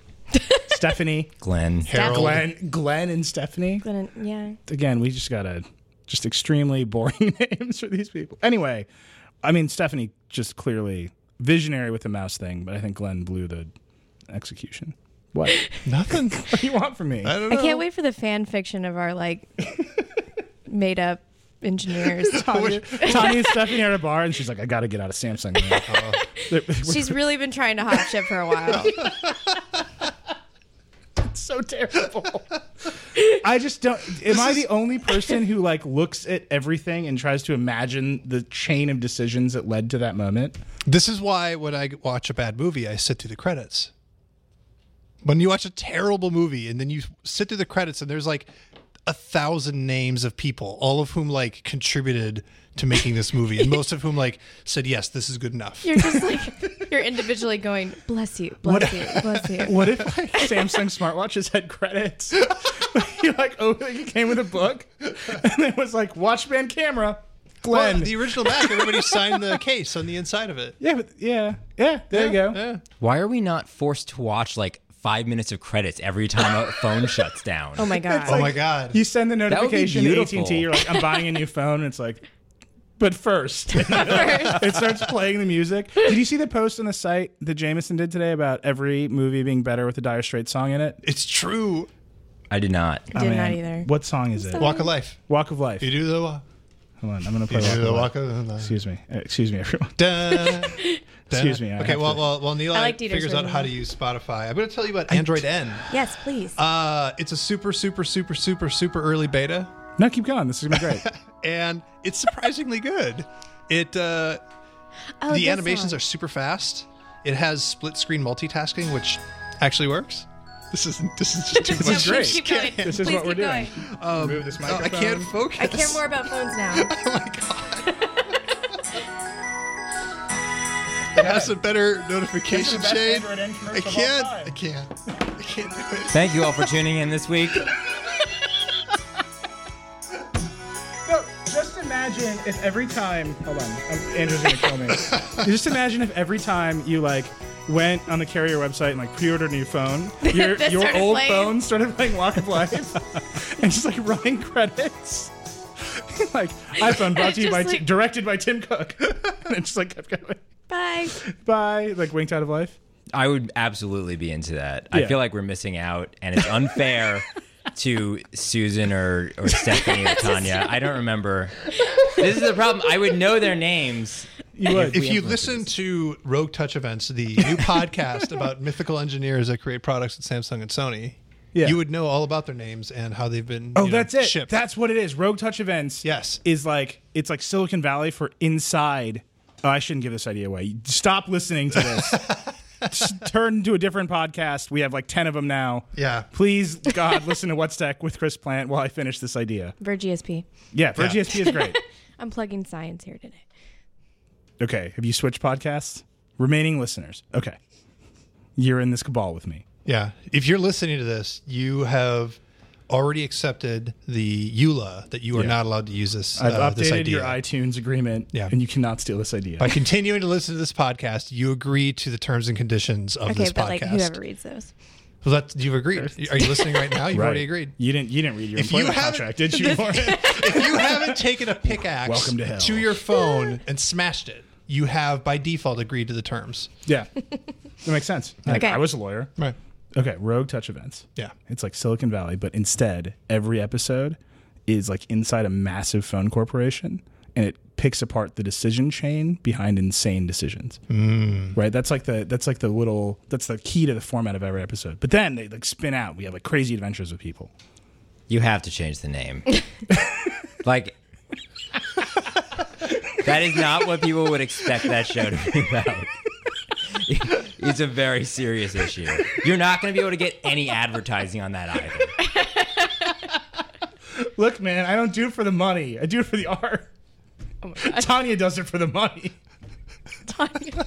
B: Stephanie,
D: Glenn.
A: Harold.
B: Glenn, Glenn, and Stephanie.
C: Glenn- uh, yeah.
B: again, we just gotta just extremely boring names for these people. Anyway, I mean Stephanie just clearly visionary with the mouse thing, but I think Glenn blew the execution. What?
A: Nothing.
B: what do you want from me?
A: I don't know.
C: I can't wait for the fan fiction of our like made up engineers.
B: Tanya, Tanya and Stephanie are at a bar, and she's like, "I got to get out of Samsung." man." They're-
C: She's really been trying to hop ship for a while.
B: it's so terrible. I just don't. Am I the only person who like looks at everything and tries to imagine the chain of decisions that led to that moment?
A: This is why when I watch a bad movie, I sit through the credits. When you watch a terrible movie and then you sit through the credits and there's like a thousand names of people, all of whom like contributed to making this movie, and most of whom like said, "Yes, this is good enough."
C: You're just like you're individually going, bless you, bless you, bless you.
B: What if like, Samsung smartwatches had credits? you like, oh, you came with a book, and it was like Watchman camera,
A: Well,
B: Glenn.
A: the original back, everybody signed the case on the inside of it.
B: yeah, but, yeah, yeah. There you go.
A: Yeah.
D: Why are we not forced to watch like five minutes of credits every time a phone shuts down?
C: Oh my god.
A: Oh my god.
B: You send the
D: would be
B: notification to AT
D: beautiful.
B: and T. You're like, I'm buying a new phone. And it's like, but first, it starts playing the music. Did you see the post on the site that Jameson did today about every movie being better with a Dire Straits song in it? Oh,
A: it's true.
D: I did not.
C: Oh, Did not either.
B: What song is it?
A: Walk of life.
B: Walk of Life.
A: You do the walk.
B: Hold on, I'm gonna play
A: You
B: Walk
A: do
B: of
A: the
B: Life.
A: walk of life.
B: Excuse me. Uh, Excuse me, everyone.
A: Dun,
B: Excuse me, I
A: okay,
B: have
A: well,
B: to-
A: well, well, Neil
C: I like Dieter's
A: figures out
C: version.
A: how to use Spotify. I'm going to tell you about Android N.
C: Yes, please.
A: Uh, it's a super, super, super, super, super early beta,
B: No, keep going. This is gonna be great.
A: and it's surprisingly good. It uh,
C: oh,
A: the animations are super fast. It has split screen multitasking, which actually works. This is this is just too
B: This
A: much.
B: is great.
C: Keep going.
B: This is
C: please
B: what we're
C: keep
B: doing.
C: going.
A: Um,
B: Move this
A: oh, I can't
B: microphone.
A: focus.
C: I care more about phones now.
A: Oh my god. It has a better notification
B: This is
A: shade.
B: the best Android N commercial
A: I
B: of all
A: can't.
B: time.
A: I can't. I can't do it.
D: Thank you all for tuning in this week.
B: No, just imagine if every time. Hold on, I'm, Andrew's gonna kill me. just imagine if every time you like went on the carrier website and like pre-ordered a new phone, your
C: That
B: your
C: started
B: old
C: playing.
B: phone started playing Walk of Life and just like running credits. like iPhone brought to you
C: Just
B: by Ti-
C: like-
B: directed by Tim Cook, and it's just like kept going.
C: Bye.
B: Bye, like winked out of life.
D: I would absolutely be into that.
B: Yeah.
D: I feel like we're missing out, and it's unfair to Susan or, or Stephanie or Tanya. I don't remember. This is the problem. I would know their names.
B: You would.
A: If you
D: influencers.
A: listen to Rogue Touch Events, the new podcast about mythical engineers that create products at Samsung and Sony,
B: Yeah.
A: you would know all about their names and how they've been.
B: Oh,
A: you know,
B: that's it.
A: Shipped.
B: That's what it is. Rogue Touch Events.
A: Yes.
B: is like it's like Silicon Valley for inside. Oh, I shouldn't give this idea away. Stop listening to this. Just turn to a different podcast. We have like ten of them now.
A: Yeah.
B: Please, God, listen to What's Tech with Chris Plant while I finish this idea.
C: Ver GSP.
B: Yeah, for
A: Yeah.
B: GSP is great.
C: I'm plugging science here today.
B: Okay, have you switched podcasts? Remaining listeners. Okay, you're in this cabal with me.
A: Yeah. If you're listening to this, you have already accepted the E EULA that you are
B: Yeah.
A: not allowed to use this,
B: I've
A: uh, this
B: updated
A: idea.
B: your iTunes agreement,
A: Yeah.
B: and you cannot steal this idea.
A: By continuing to listen to this podcast, you agree to the terms and conditions of
C: Okay,
A: this
C: but
A: podcast.
C: like whoever reads those.
A: Well, that's, you've agreed. Are you listening right now? You've
B: Right.
A: already agreed.
B: You didn't. You didn't read your
A: If you
B: employment
A: haven't-
B: contract, did you? Lauren?
A: if you haven't taken a pickaxe
B: Welcome to hell.
A: your phone and smashed it, you have by default agreed to the terms.
B: Yeah. That makes sense. Like,
C: Okay.
B: I was a lawyer.
A: Right.
B: Okay, rogue touch events.
A: Yeah.
B: It's like Silicon Valley, but instead, every episode is like inside a massive phone corporation and it picks apart the decision chain behind insane decisions. Right? That's like the that's like the little that's the key to the format of every episode. But then they like spin out. We have like crazy adventures with people.
D: You have to change the name. like, that is not what people would expect that show to be about. It's a very serious issue. You're not going to be able to get any advertising on that either.
B: Look, man, I don't do it for the money. I do it for the art. Oh Tanya does it for the money.
C: Tanya.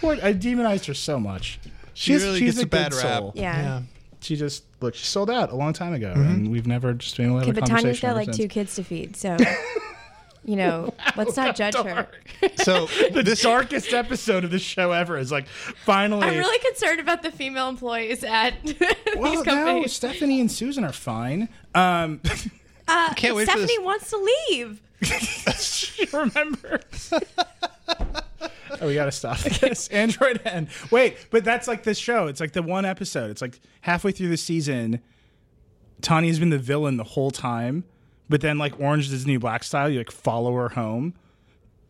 B: Boy, I demonized her so much.
A: She
B: She's-
A: really
B: she's
A: gets
B: a
A: a bad
B: good
A: rap.
B: soul.
C: Yeah.
B: she just look she sold out a long time ago and we've never just been able to have
C: Okay,
B: a
C: but
B: conversation
C: Tanya's got
B: ever
C: like two
B: since.
C: kids to feed, so you know, let's not judge her.
A: So
B: the darkest episode of the show ever is like finally
C: I'm really concerned about the female employees at
B: well no
C: these companies.
B: stephanie and susan are fine um
C: Uh,
A: Can't wait for
C: Stephanie
A: this.
C: wants to leave.
B: remember Oh, we gotta stop this. Android N. Wait, but that's like this show. It's like the one episode. It's like halfway through the season, Tanya's been the villain the whole time. But then like Orange is the New Black style, you like follow her home.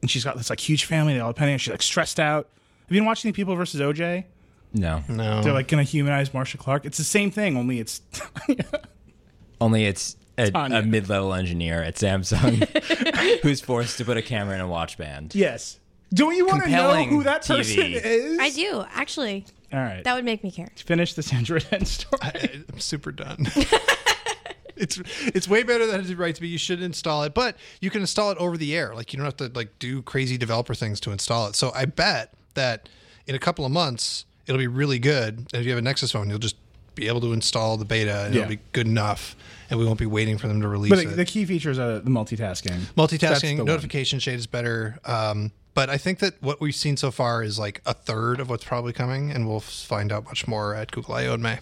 B: And she's got this like huge family, they all depend on her. She's like stressed out. Have you been watching People versus OJ?
D: No.
A: No.
B: They're like gonna humanize Marsha Clark. It's the same thing, only it's
D: Only it's a,
B: Tanya.
D: a mid level engineer at Samsung who's forced to put a camera in a watch band.
B: Yes. Don't you want to know
D: Compelling
B: who that
D: TV.
B: person is?
C: I do actually.
B: All right.
C: That would make me care.
B: Finish this Android N story.
A: I- I'm super done. it's it's way better than it's right to be. You should install it, but you can install it over the air. Like you don't have to like do crazy developer things to install it. So I bet that in a couple of months it'll be really good. And if you have a Nexus phone, you'll just be able to install the beta and it'll
B: Yeah.
A: be good enough, and we won't be waiting for them to release
B: But the,
A: it.
B: the key features are the multitasking. That's the
A: Multitasking,
B: one.
A: notification shade is better. Um, but I think that what we've seen so far is like a third of what's probably coming, and we'll f- find out much more at Google I/O in May.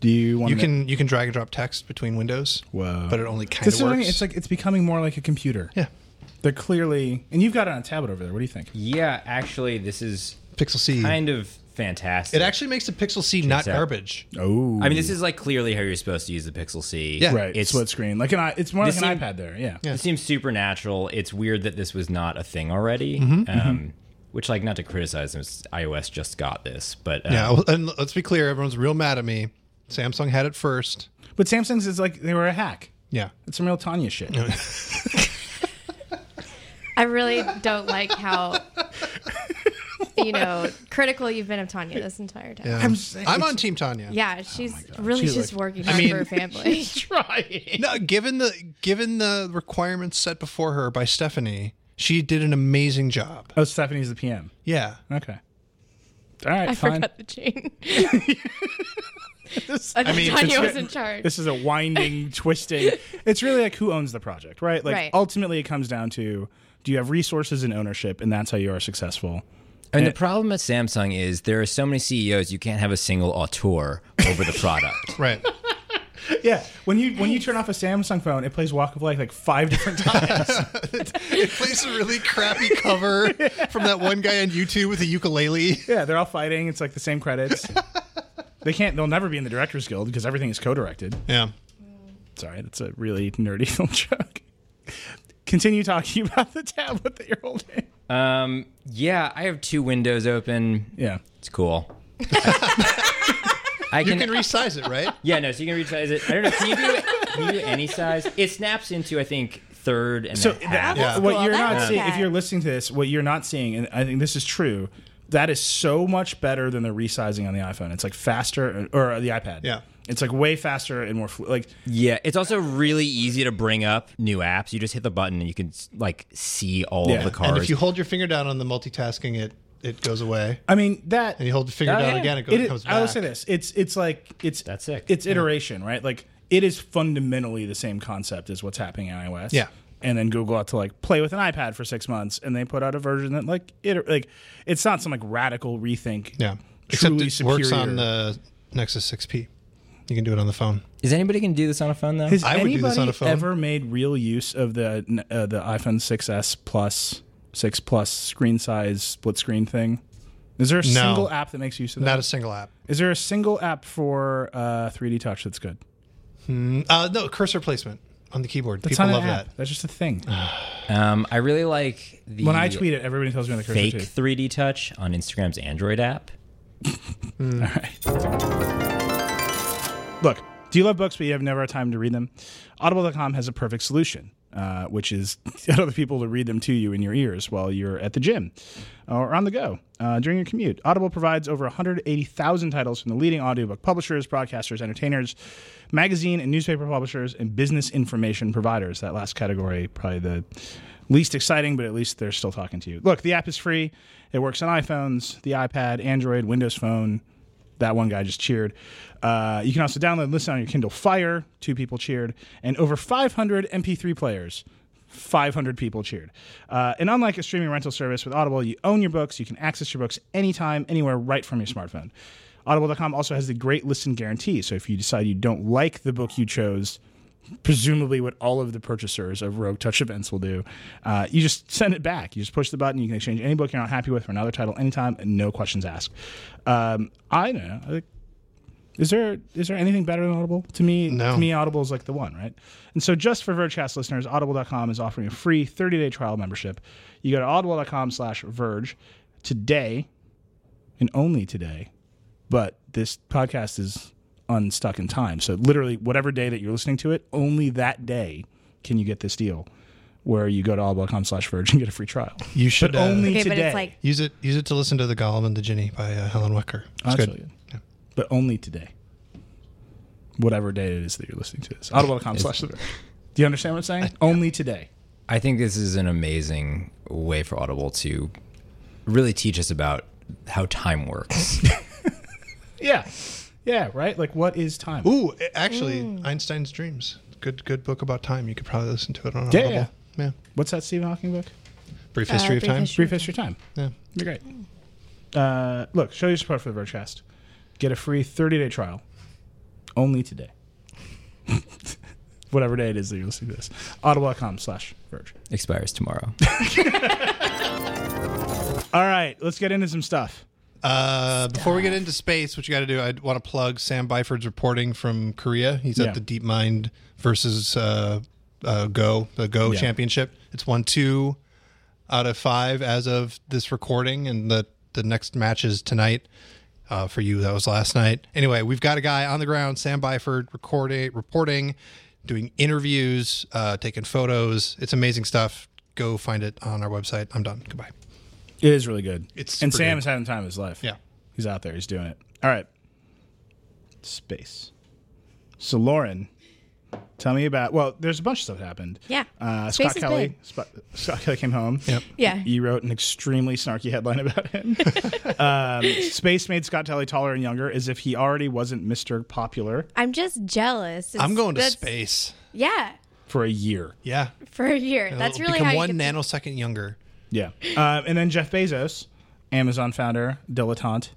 B: Do you want
A: You can you can drag and drop text between windows.
B: Whoa.
A: But it only kind
B: This
A: of
B: is what I
A: works.
B: mean, It's like it's becoming more like a computer.
A: yeah,
B: They're clearly, and you've got it on a tablet over there. What do you think?
D: Yeah, actually, this is
A: Pixel C.
D: kind of fantastic.
A: it actually makes the Pixel C not
D: out.
A: garbage.
B: Oh,
D: I mean, this is like clearly how you're supposed to use the Pixel C.
A: Yeah.
B: right. It's
D: It's-
B: split screen, like an i- it's more like
D: This
B: an
D: seem-
B: iPad there. Yeah.
A: Yeah.
D: It seems supernatural. It's weird that this was not a thing already.
A: Mm-hmm,
D: um, Which, like, not to criticize them, it's- iOS just got this, but um,
A: Yeah, well, and let's be clear, everyone's real mad at me. Samsung had it first.
B: But Samsung's is like they were a hack.
A: Yeah,
B: It's some real Tanya shit.
C: I really don't like how you know critical you've been of Tanya this entire time.
A: yeah.
B: I'm saying-
A: Um, I'm on Team Tanya.
C: Yeah,
B: Oh
C: she's really
B: She's
C: just
B: like-
C: working hard
A: mean-
C: for her family.
B: Trying.
A: No, given the given the requirements set before her by Stephanie, she did an amazing job.
B: Oh, Stephanie's the PM.
A: Yeah.
B: Okay. All right,
C: I
B: fine.
C: forgot the chain.
B: This-
C: I mean, Tanya
B: it's-
C: was in charge.
B: This is a winding, twisting. It's really like who owns the project, right? Like
C: Right.
B: ultimately, it comes down to do you have resources and ownership, and that's how you are successful.
D: I mean, the problem at Samsung is there are so many CEOs, you can't have a single auteur over the product.
A: Right.
B: Yeah, when you when you turn off a Samsung phone, it plays Walk of Life like five different times.
A: it plays a really crappy cover from that one guy on YouTube with a ukulele.
B: yeah, they're all fighting. It's like the same credits. they can't. They'll never be in the Directors Guild because everything is co-directed.
A: Yeah.
B: Sorry, that's a really nerdy little joke. Continue talking about the tablet that you're holding.
D: um, yeah, I have two windows open.
B: Yeah.
D: It's cool. I
A: You can resize it, right?
D: Yeah, no, so you can resize it. I don't know. Can you do can you do any size? It snaps into I think third and
B: So
D: a
B: that,
D: half.
A: Yeah.
B: what
C: cool.
B: you're
C: That's
B: not seeing, if
C: okay.
B: you're listening to this, what you're not seeing, and I think this is true, that is so much better than the resizing on the iPhone. It's like faster, or the iPad.
A: Yeah.
B: It's like way faster and more flu- like
D: Yeah, it's also really easy to bring up new apps. You just hit the button and you can like see all
B: Yeah,
D: of the
B: and
D: cars.
A: And if you hold your finger down on the multitasking, it it goes away.
B: I mean that
A: And you hold the finger
D: Oh,
A: down
D: yeah.
A: again, it, goes,
B: it
A: it
B: is-
A: comes back.
B: I will say this. It's it's like it's
D: That's sick.
B: It's iteration, right? Like it is fundamentally the same concept as what's happening in iOS.
A: Yeah.
B: And then Google had to like play with an iPad for six months, and they put out a version that like it like it's not some like radical rethink.
A: Yeah.
B: Truly
A: Except it
B: superior.
A: works on the Nexus 6P. You can do it on the phone.
D: Is anybody gonna do this on a phone though?
B: Has
A: I would do
B: anybody
A: this on a phone.
B: ever made real use of the uh, the iPhone 6s plus six plus screen size split screen thing? Is there a single app that makes use of that?
A: Not a single app.
B: Is there a single app for uh, 3D Touch that's good?
A: Uh, no, cursor placement on the keyboard.
B: That's
A: People
B: not
A: love
B: an app.
A: that.
B: That's just a thing.
D: um, I really like the
B: when I tweet it, everybody tells me on the cursor
D: fake
B: too.
D: 3D touch on Instagram's Android app.
B: Look, do you love books but you have never had time to read them? Audible.com has a perfect solution, uh, which is get other people to read them to you in your ears while you're at the gym or on the go uh, during your commute. Audible provides over 180,000 titles from the leading audiobook publishers, broadcasters, entertainers, magazine and newspaper publishers, and business information providers. That last category, probably the least exciting, but at least they're still talking to you. Look, the app is free. It works on iPhones, the iPad, Android, Windows Phone, that one guy just cheered. Uh, you can also download and listen on your Kindle Fire. Two people cheered. And over 500 MP3 players. 500 people cheered. Uh, and unlike a streaming rental service with Audible, you own your books. You can access your books anytime, anywhere, right from your smartphone. Audible.com also has the great listen guarantee. So if you decide you don't like the book you chose, presumably what all of the purchasers of Rogue Touch events will do. Uh, you just send it back. You just push the button. You can exchange any book you're not happy with for another title anytime, and no questions asked. Um, I don't know. I think- Is there is there anything better than Audible? To me,
A: No.
B: to me, Audible is like the one, right? And so, just for Vergecast listeners, Audible.com is offering a free 30 day trial membership. You go to audible.com/verge today, and only today. But this podcast is unstuck in time, so literally whatever day that you're listening to it, only that day can you get this deal, where you go to audible.com/verge and get a free trial.
A: You should
B: but
A: uh,
B: only
C: Okay,
B: today.
C: but it's like
A: use it. Use it to listen to the Gollum and the Ginny by uh, Helen Wecker. It's
B: That's
A: good.
B: really good. But only today. Whatever day it is that you're listening to this. Audible.com slash the Do you understand what I'm saying? only today.
D: I think this is an amazing way for Audible to really teach us about how time works.
B: Yeah. Yeah, right? Like, what is time?
A: Ooh, a- actually,
C: Mm.
A: Einstein's Dreams. Good, good book about time. You could probably listen to it on
B: Yeah,
A: Audible.
B: yeah.
A: yeah.
B: What's that Stephen Hawking book?
A: Brief
C: Uh,
A: history of
C: Brief
A: time.
C: History-
B: Brief History of Time.
A: Yeah.
B: Be great. Uh, look, show your support for the Vergecast. Get a free 30 day trial. Only today. Whatever day it is that you're listening to this. Audible.com slash Verge.
D: Expires tomorrow.
B: All right, let's get into some stuff.
A: Uh, before we get into space, what you got to do, I want to plug Sam Byford's reporting from Korea. He's
B: Yeah.
A: at the DeepMind versus uh, uh, Go, the Go
B: Yeah.
A: Championship. It's one two out of five as of this recording, and the the next match is tonight. Uh, for you, that was last night. Anyway, we've got a guy on the ground, Sam Byford, recording, reporting, doing interviews, uh, taking photos. It's amazing stuff. Go find it on our website. I'm done. Goodbye.
B: It is really good.
A: It's
B: and
A: pretty
B: Sam
A: good.
B: is having the time of his life.
A: Yeah.
B: he's out there. He's doing it. All right. Space. So Lauren, tell me about. Well, there's a bunch of stuff that happened.
C: Yeah.
B: Uh,
C: Space
B: Scott
C: is
B: Kelly.
C: big.
B: Sp- Scott Kelly came home.
A: Yep.
C: yeah.
B: You wrote an extremely snarky headline about him. um, Space made Scott Kelly taller and younger, as if he already wasn't Mister Popular
C: I'm just jealous.
A: I'm
C: It's-
A: going to
C: that's-
A: space.
C: Yeah,
B: for a year.
A: Yeah.
C: for a year. that's
A: It'll
C: really
A: become
C: how you
A: one
C: get to-
A: nanosecond younger.
B: Yeah. Uh, and then Jeff Bezos, Amazon founder, dilettante,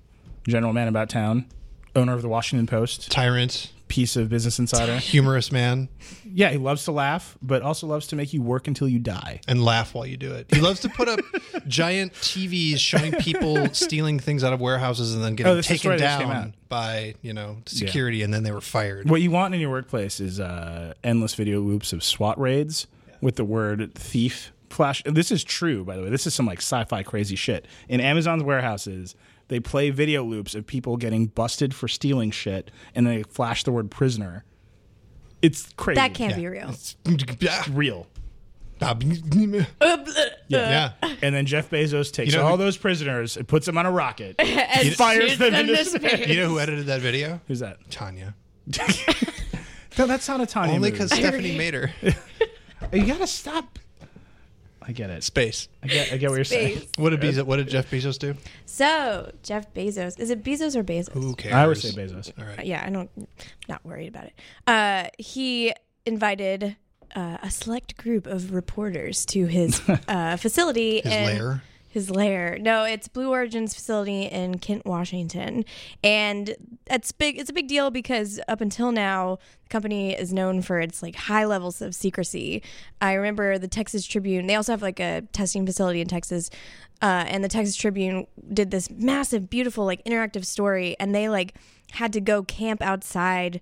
B: general man about town, owner of the Washington Post,
A: Tyrant,
B: piece of Business Insider.
A: humorous man,
B: Yeah, he loves to laugh, but also loves to make you work until you die.
A: and laugh while you do it. He loves to put up giant TVs showing people stealing things out of warehouses and then getting
B: Oh, this is
A: taken
B: right, this came out.
A: down by you know security, and then they were fired.
B: What you want in your workplace is uh, endless video loops of SWAT raids with the word thief flash. This is true, by the way. This is some like sci-fi crazy shit. In Amazon's warehouses, they play video loops of people getting busted for stealing shit, and they flash the word prisoner. It's crazy.
C: That can't be real.
B: real.
A: yeah,
B: And then Jeff Bezos takes
A: You know
B: all
A: who-
B: those prisoners and puts them on a rocket.
C: And
B: fires
C: shoots
B: them into
C: space.
A: you know who edited that video?
B: Who's that?
A: Tanya.
B: No, that's not a Tanya
A: Only
B: movie.
A: because Stephanie made her.
B: you gotta stop. I get it.
A: Space.
B: I get, I get what you're saying.
C: Space.
A: What did Bezos, What did Jeff Bezos do?
C: So Jeff Bezos, is it Bezos or Bezos? Uh,
A: Who cares?
B: I would say Bezos.
A: All right.
C: yeah, I don't not worried about it. Uh, he invited uh, a select group of reporters to his uh, facility.
A: His
C: and-
A: lair?
C: His lair. No, it's Blue Origin's facility in Kent, Washington, and that's big. It's a big deal because up until now, the company is known for its like high levels of secrecy. I remember the Texas Tribune. They also have like a testing facility in Texas, uh, and the Texas Tribune did this massive, beautiful, like interactive story, and they like had to go camp outside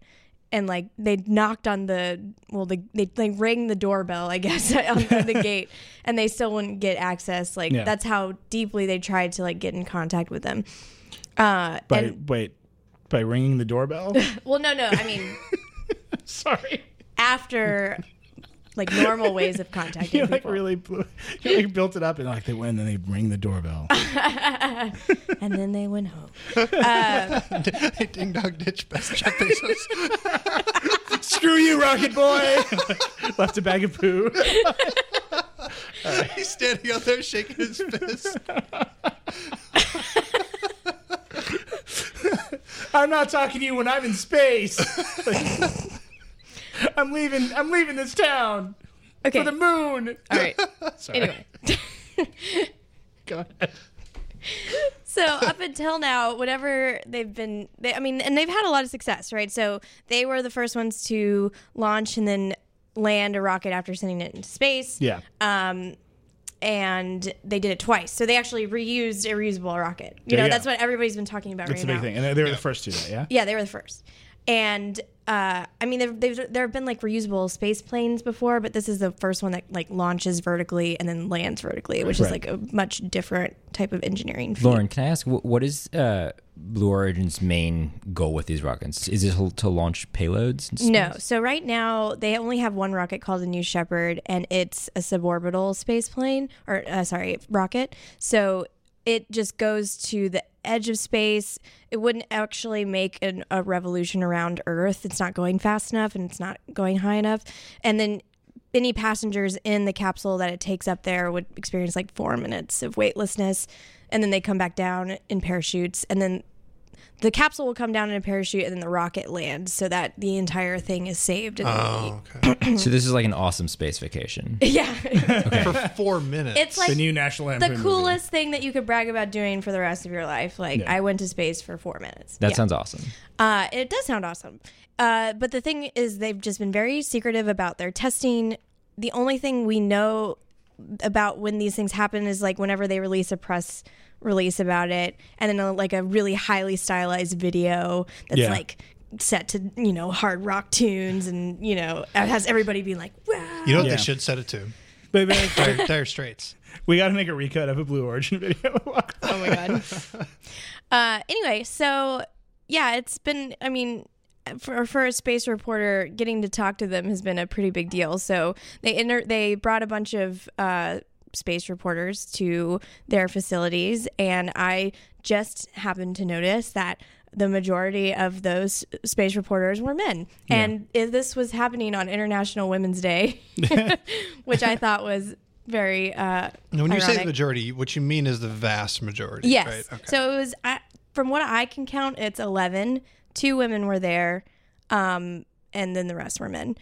C: and like they knocked on the well they they, they rang the doorbell i guess on the, the gate and they still wouldn't get access like
B: Yeah.
C: that's how deeply they tried to like get in contact with them uh
B: By
C: and
B: wait, by ringing the doorbell.
C: well no no i mean
B: Sorry,
C: after like normal ways of contacting
B: you like
C: people
B: really blew, you like built it up and like they went and then they ring the doorbell.
C: and then they went home
A: Ding dong ditch best Jeff Bezos.
B: Screw you, Rocket Boy. Left a bag of poo.
A: He's standing out there shaking his fist.
B: I'm not talking to you when I'm in space. I'm leaving. I'm leaving this town
C: okay
B: for the moon.
C: all right
B: Sorry.
C: anyway
B: Go ahead.
C: So up until now, whatever they've been, they, I mean, and they've had a lot of success, right? So they were the first ones to launch and then land a rocket after sending it into space.
B: Yeah.
C: Um, And they did it twice. So they actually reused a reusable rocket. You
B: There
C: know,
B: you go.
C: that's what everybody's been talking about
B: That's
C: right
B: the big
C: now.
B: thing. And they- they were the first to do that, yeah?
C: Yeah, they were the first. And uh, I mean, they've, they've, there have been like reusable space planes before, but this is the first one that like launches vertically and then lands vertically, which is
B: Right.
C: like a much different type of engineering. feat.
D: Lauren, can I ask wh- what is uh, Blue Origin's main goal with these rockets? Is it to launch payloads? and
C: No.
D: stuff?
C: So right now they only have one rocket called the New Shepard, and it's a suborbital space plane, or uh, sorry, rocket. So it just goes to the edge of space. It wouldn't actually make an, a revolution around Earth. It's not going fast enough, and it's not going high enough. And then any passengers in the capsule that it takes up there would experience like four minutes of weightlessness, and then they come back down in parachutes, and then the capsule will come down in a parachute and then the rocket lands so that the entire thing is saved. And
A: Oh, okay.
C: Mm-hmm.
D: So this is like an awesome space vacation.
C: yeah.
A: For four minutes.
C: it's like
B: The
C: the,
B: new National Lampoon movie.
C: coolest thing that you could brag about doing for the rest of your life. Like,
B: Yeah.
C: I went to space for four minutes.
D: That
C: Yeah.
D: sounds awesome.
C: Uh, it does sound awesome. Uh, but the thing is, they've just been very secretive about their testing. The only thing we know about when these things happen is like whenever they release a press release about it, and then a, like a really highly stylized video that's
B: Yeah.
C: like set to you know hard rock tunes, and you know it has everybody being like, wow.
A: you know what
B: Yeah.
A: they should set it to?
B: But they're like,
A: Dire, dire Straits.
B: we got to make a recut of a Blue Origin video.
C: Oh my god. uh, anyway, so yeah, it's been. I mean, for, for a space reporter, getting to talk to them has been a pretty big deal. So they inter- they brought a bunch of uh, space reporters to their facilities, and I just happened to notice that. The majority of those space reporters were men, and i- this was happening on International Women's Day, which I thought was very. Uh,
A: Now, when you say the
C: ironic.
A: majority, what you mean is the vast majority.
C: Yes.
A: Right? Okay.
C: So it was I, from what I can count, it's eleven. Two women were there, um, and then the rest were men.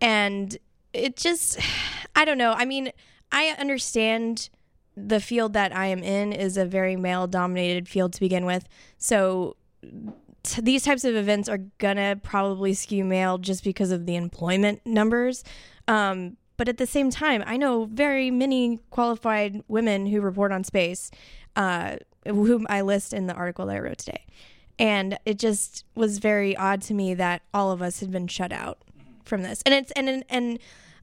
C: And it just, I don't know. I mean, I understand the field that I am in is a very male-dominated field to begin with, so. t- These types of events are gonna probably skew male just because of the employment numbers. Um, but at the same time, I know very many qualified women who report on space, uh, whom I list in the article that I wrote today. And it just was very odd to me that all of us had been shut out Mm-hmm. from this. And it's and and, and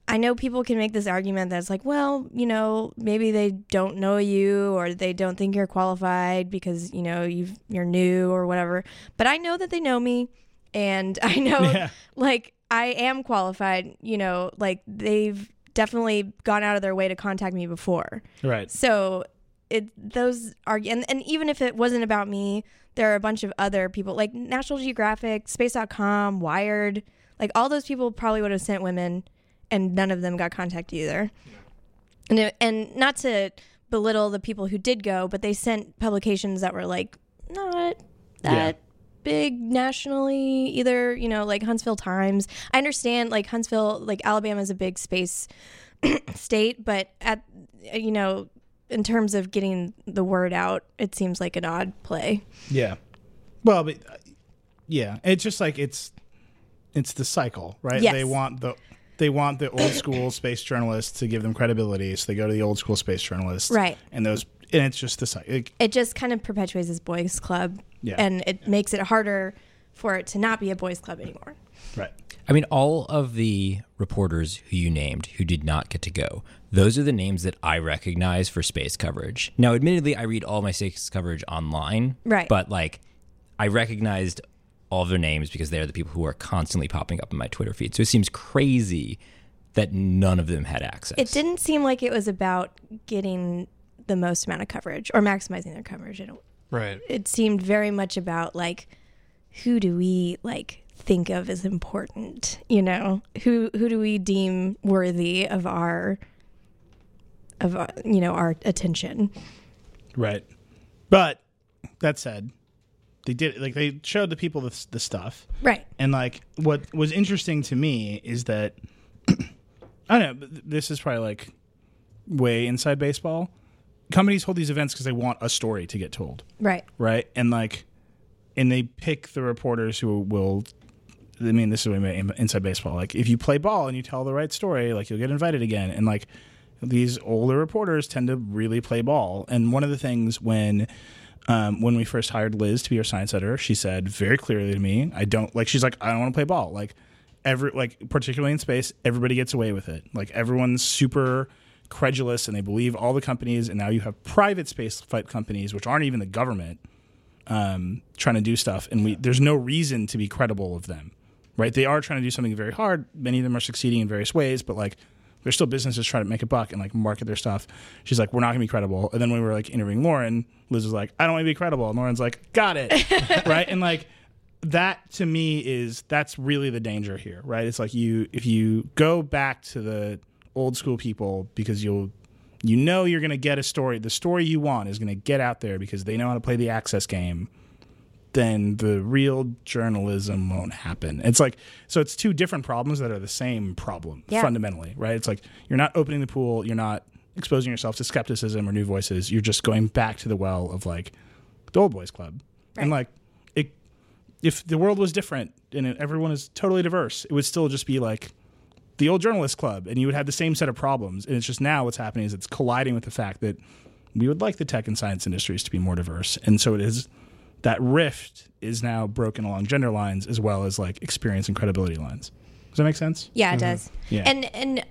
C: I know people can make this argument that's like, well, you know, maybe they don't know you or they don't think you're qualified because you know you've, you're new or whatever. But I know that they know me, and I know like I am qualified. You know, like they've definitely gone out of their way to contact me before.
B: right.
C: So it those are and, and even if it wasn't about me, there are a bunch of other people like National Geographic, Space.com, Wired, like all those people probably would have sent women, and none of them got contact either. And it, and not to belittle the people who did go, but they sent publications that were like not that.
B: Yeah.
C: Big nationally, either you know, like Huntsville Times. I understand, like Huntsville, like Alabama is a big space state, but at uh, you know, in terms of getting the word out, it seems like an odd play.
B: Yeah. Well, but uh, yeah, it's just like it's it's the cycle, right?
C: Yes.
B: They want the they want the old school space journalists to give them credibility, so they go to the old school space journalists,
C: Right.
B: And those and it's just the cycle.
C: It just kind of perpetuates this boys' club,
B: Yeah.
C: and it makes it harder for it to not be a boys' club anymore.
B: right.
D: I mean, all of the reporters who you named who did not get to go, those are the names that I recognize for space coverage. Now, admittedly, I read all my space coverage online.
C: Right.
D: But, like, I recognized all of their names because they're the people who are constantly popping up in my Twitter feed. So it seems crazy that none of them had access.
C: It didn't seem like it was about getting the most amount of coverage or maximizing their coverage. It,
A: right.
C: it seemed very much about like who do we like think of as important, you know? Who who do we deem worthy of our of uh, you know our attention?
B: Right. But that said, they did like they showed the people the, the stuff.
C: Right.
B: And like what was interesting to me is that I don't know, but th- this is probably like way inside baseball, companies hold these events because they want a story to get told,
C: Right.
B: right? And like, and they pick the reporters who will. I mean, this is what I mean inside baseball. Like, if you play ball and you tell the right story, like you'll get invited again. And like, these older reporters tend to really play ball. And one of the things when. Um, when we first hired Liz to be our science editor, she said very clearly to me, "I don't like." She's like, "I don't want to play ball." Like, every like particularly in space, everybody gets away with it. Like everyone's super credulous and they believe all the companies. And now you have private space flight companies, which aren't even the government, um, trying to do stuff. And we there's no reason to be credible of them, right? They are trying to do something very hard. Many of them are succeeding in various ways, but like. They're still businesses trying to make a buck and like market their stuff. She's like, "We're not gonna be credible." And then when we were like interviewing Lauren, Liz was like, "I don't want to be credible." And Lauren's like, "Got it, right?" And like, that to me is that's really the danger here, right? It's like you if you go back to the old school people because you'll you know you're going to get a story, the story you want is going to get out there because they know how to play the access game, then the real journalism won't happen. It's like so it's two different problems that are the same problem
C: Yeah.
B: fundamentally, right? It's like you're not opening the pool, you're not exposing yourself to skepticism or new voices, you're just going back to the well of like the old boys club. And like it if the world was different and everyone is totally diverse, it would still just be like the old journalist club, and you would have the same set of problems. And it's just now what's happening is it's colliding with the fact that we would like the tech and science industries to be more diverse, and so it is that rift is now broken along gender lines as well as like experience and credibility lines. Does that make sense?
C: Yeah, it does.
B: Yeah.
C: And and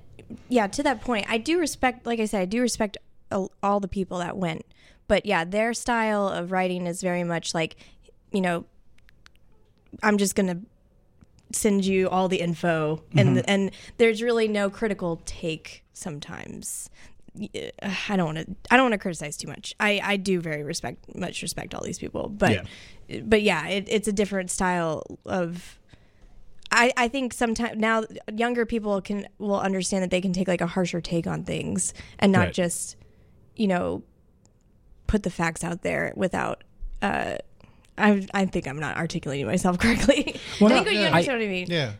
C: yeah, to that point, I do respect. Like I said, I do respect a- all the people that went. But yeah, their style of writing is very much like, you know, I'm just gonna send you all the info, and and there's really no critical take sometimes. Y- uh, I don't want to. I don't want to criticize too much. I, I do very respect much respect all these people, but but yeah, it, it's a different style of I, I think sometimes now younger people can will understand that they can take like a harsher take on things and not
B: Right.
C: just you know put the facts out there without uh I, I think I'm not articulating myself correctly. I think
B: no,
C: you
A: yeah.
C: understand what I mean.
A: Yeah.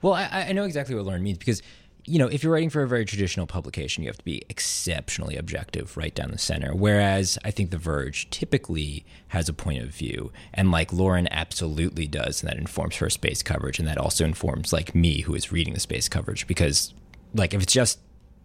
D: Well, I, I know exactly what learn means because, you know, if you're writing for a very traditional publication, you have to be exceptionally objective right down the center. Whereas I think The Verge typically has a point of view. And like Lauren absolutely does. And that informs her space coverage. And that also informs like me who is reading the space coverage because, like, if it's just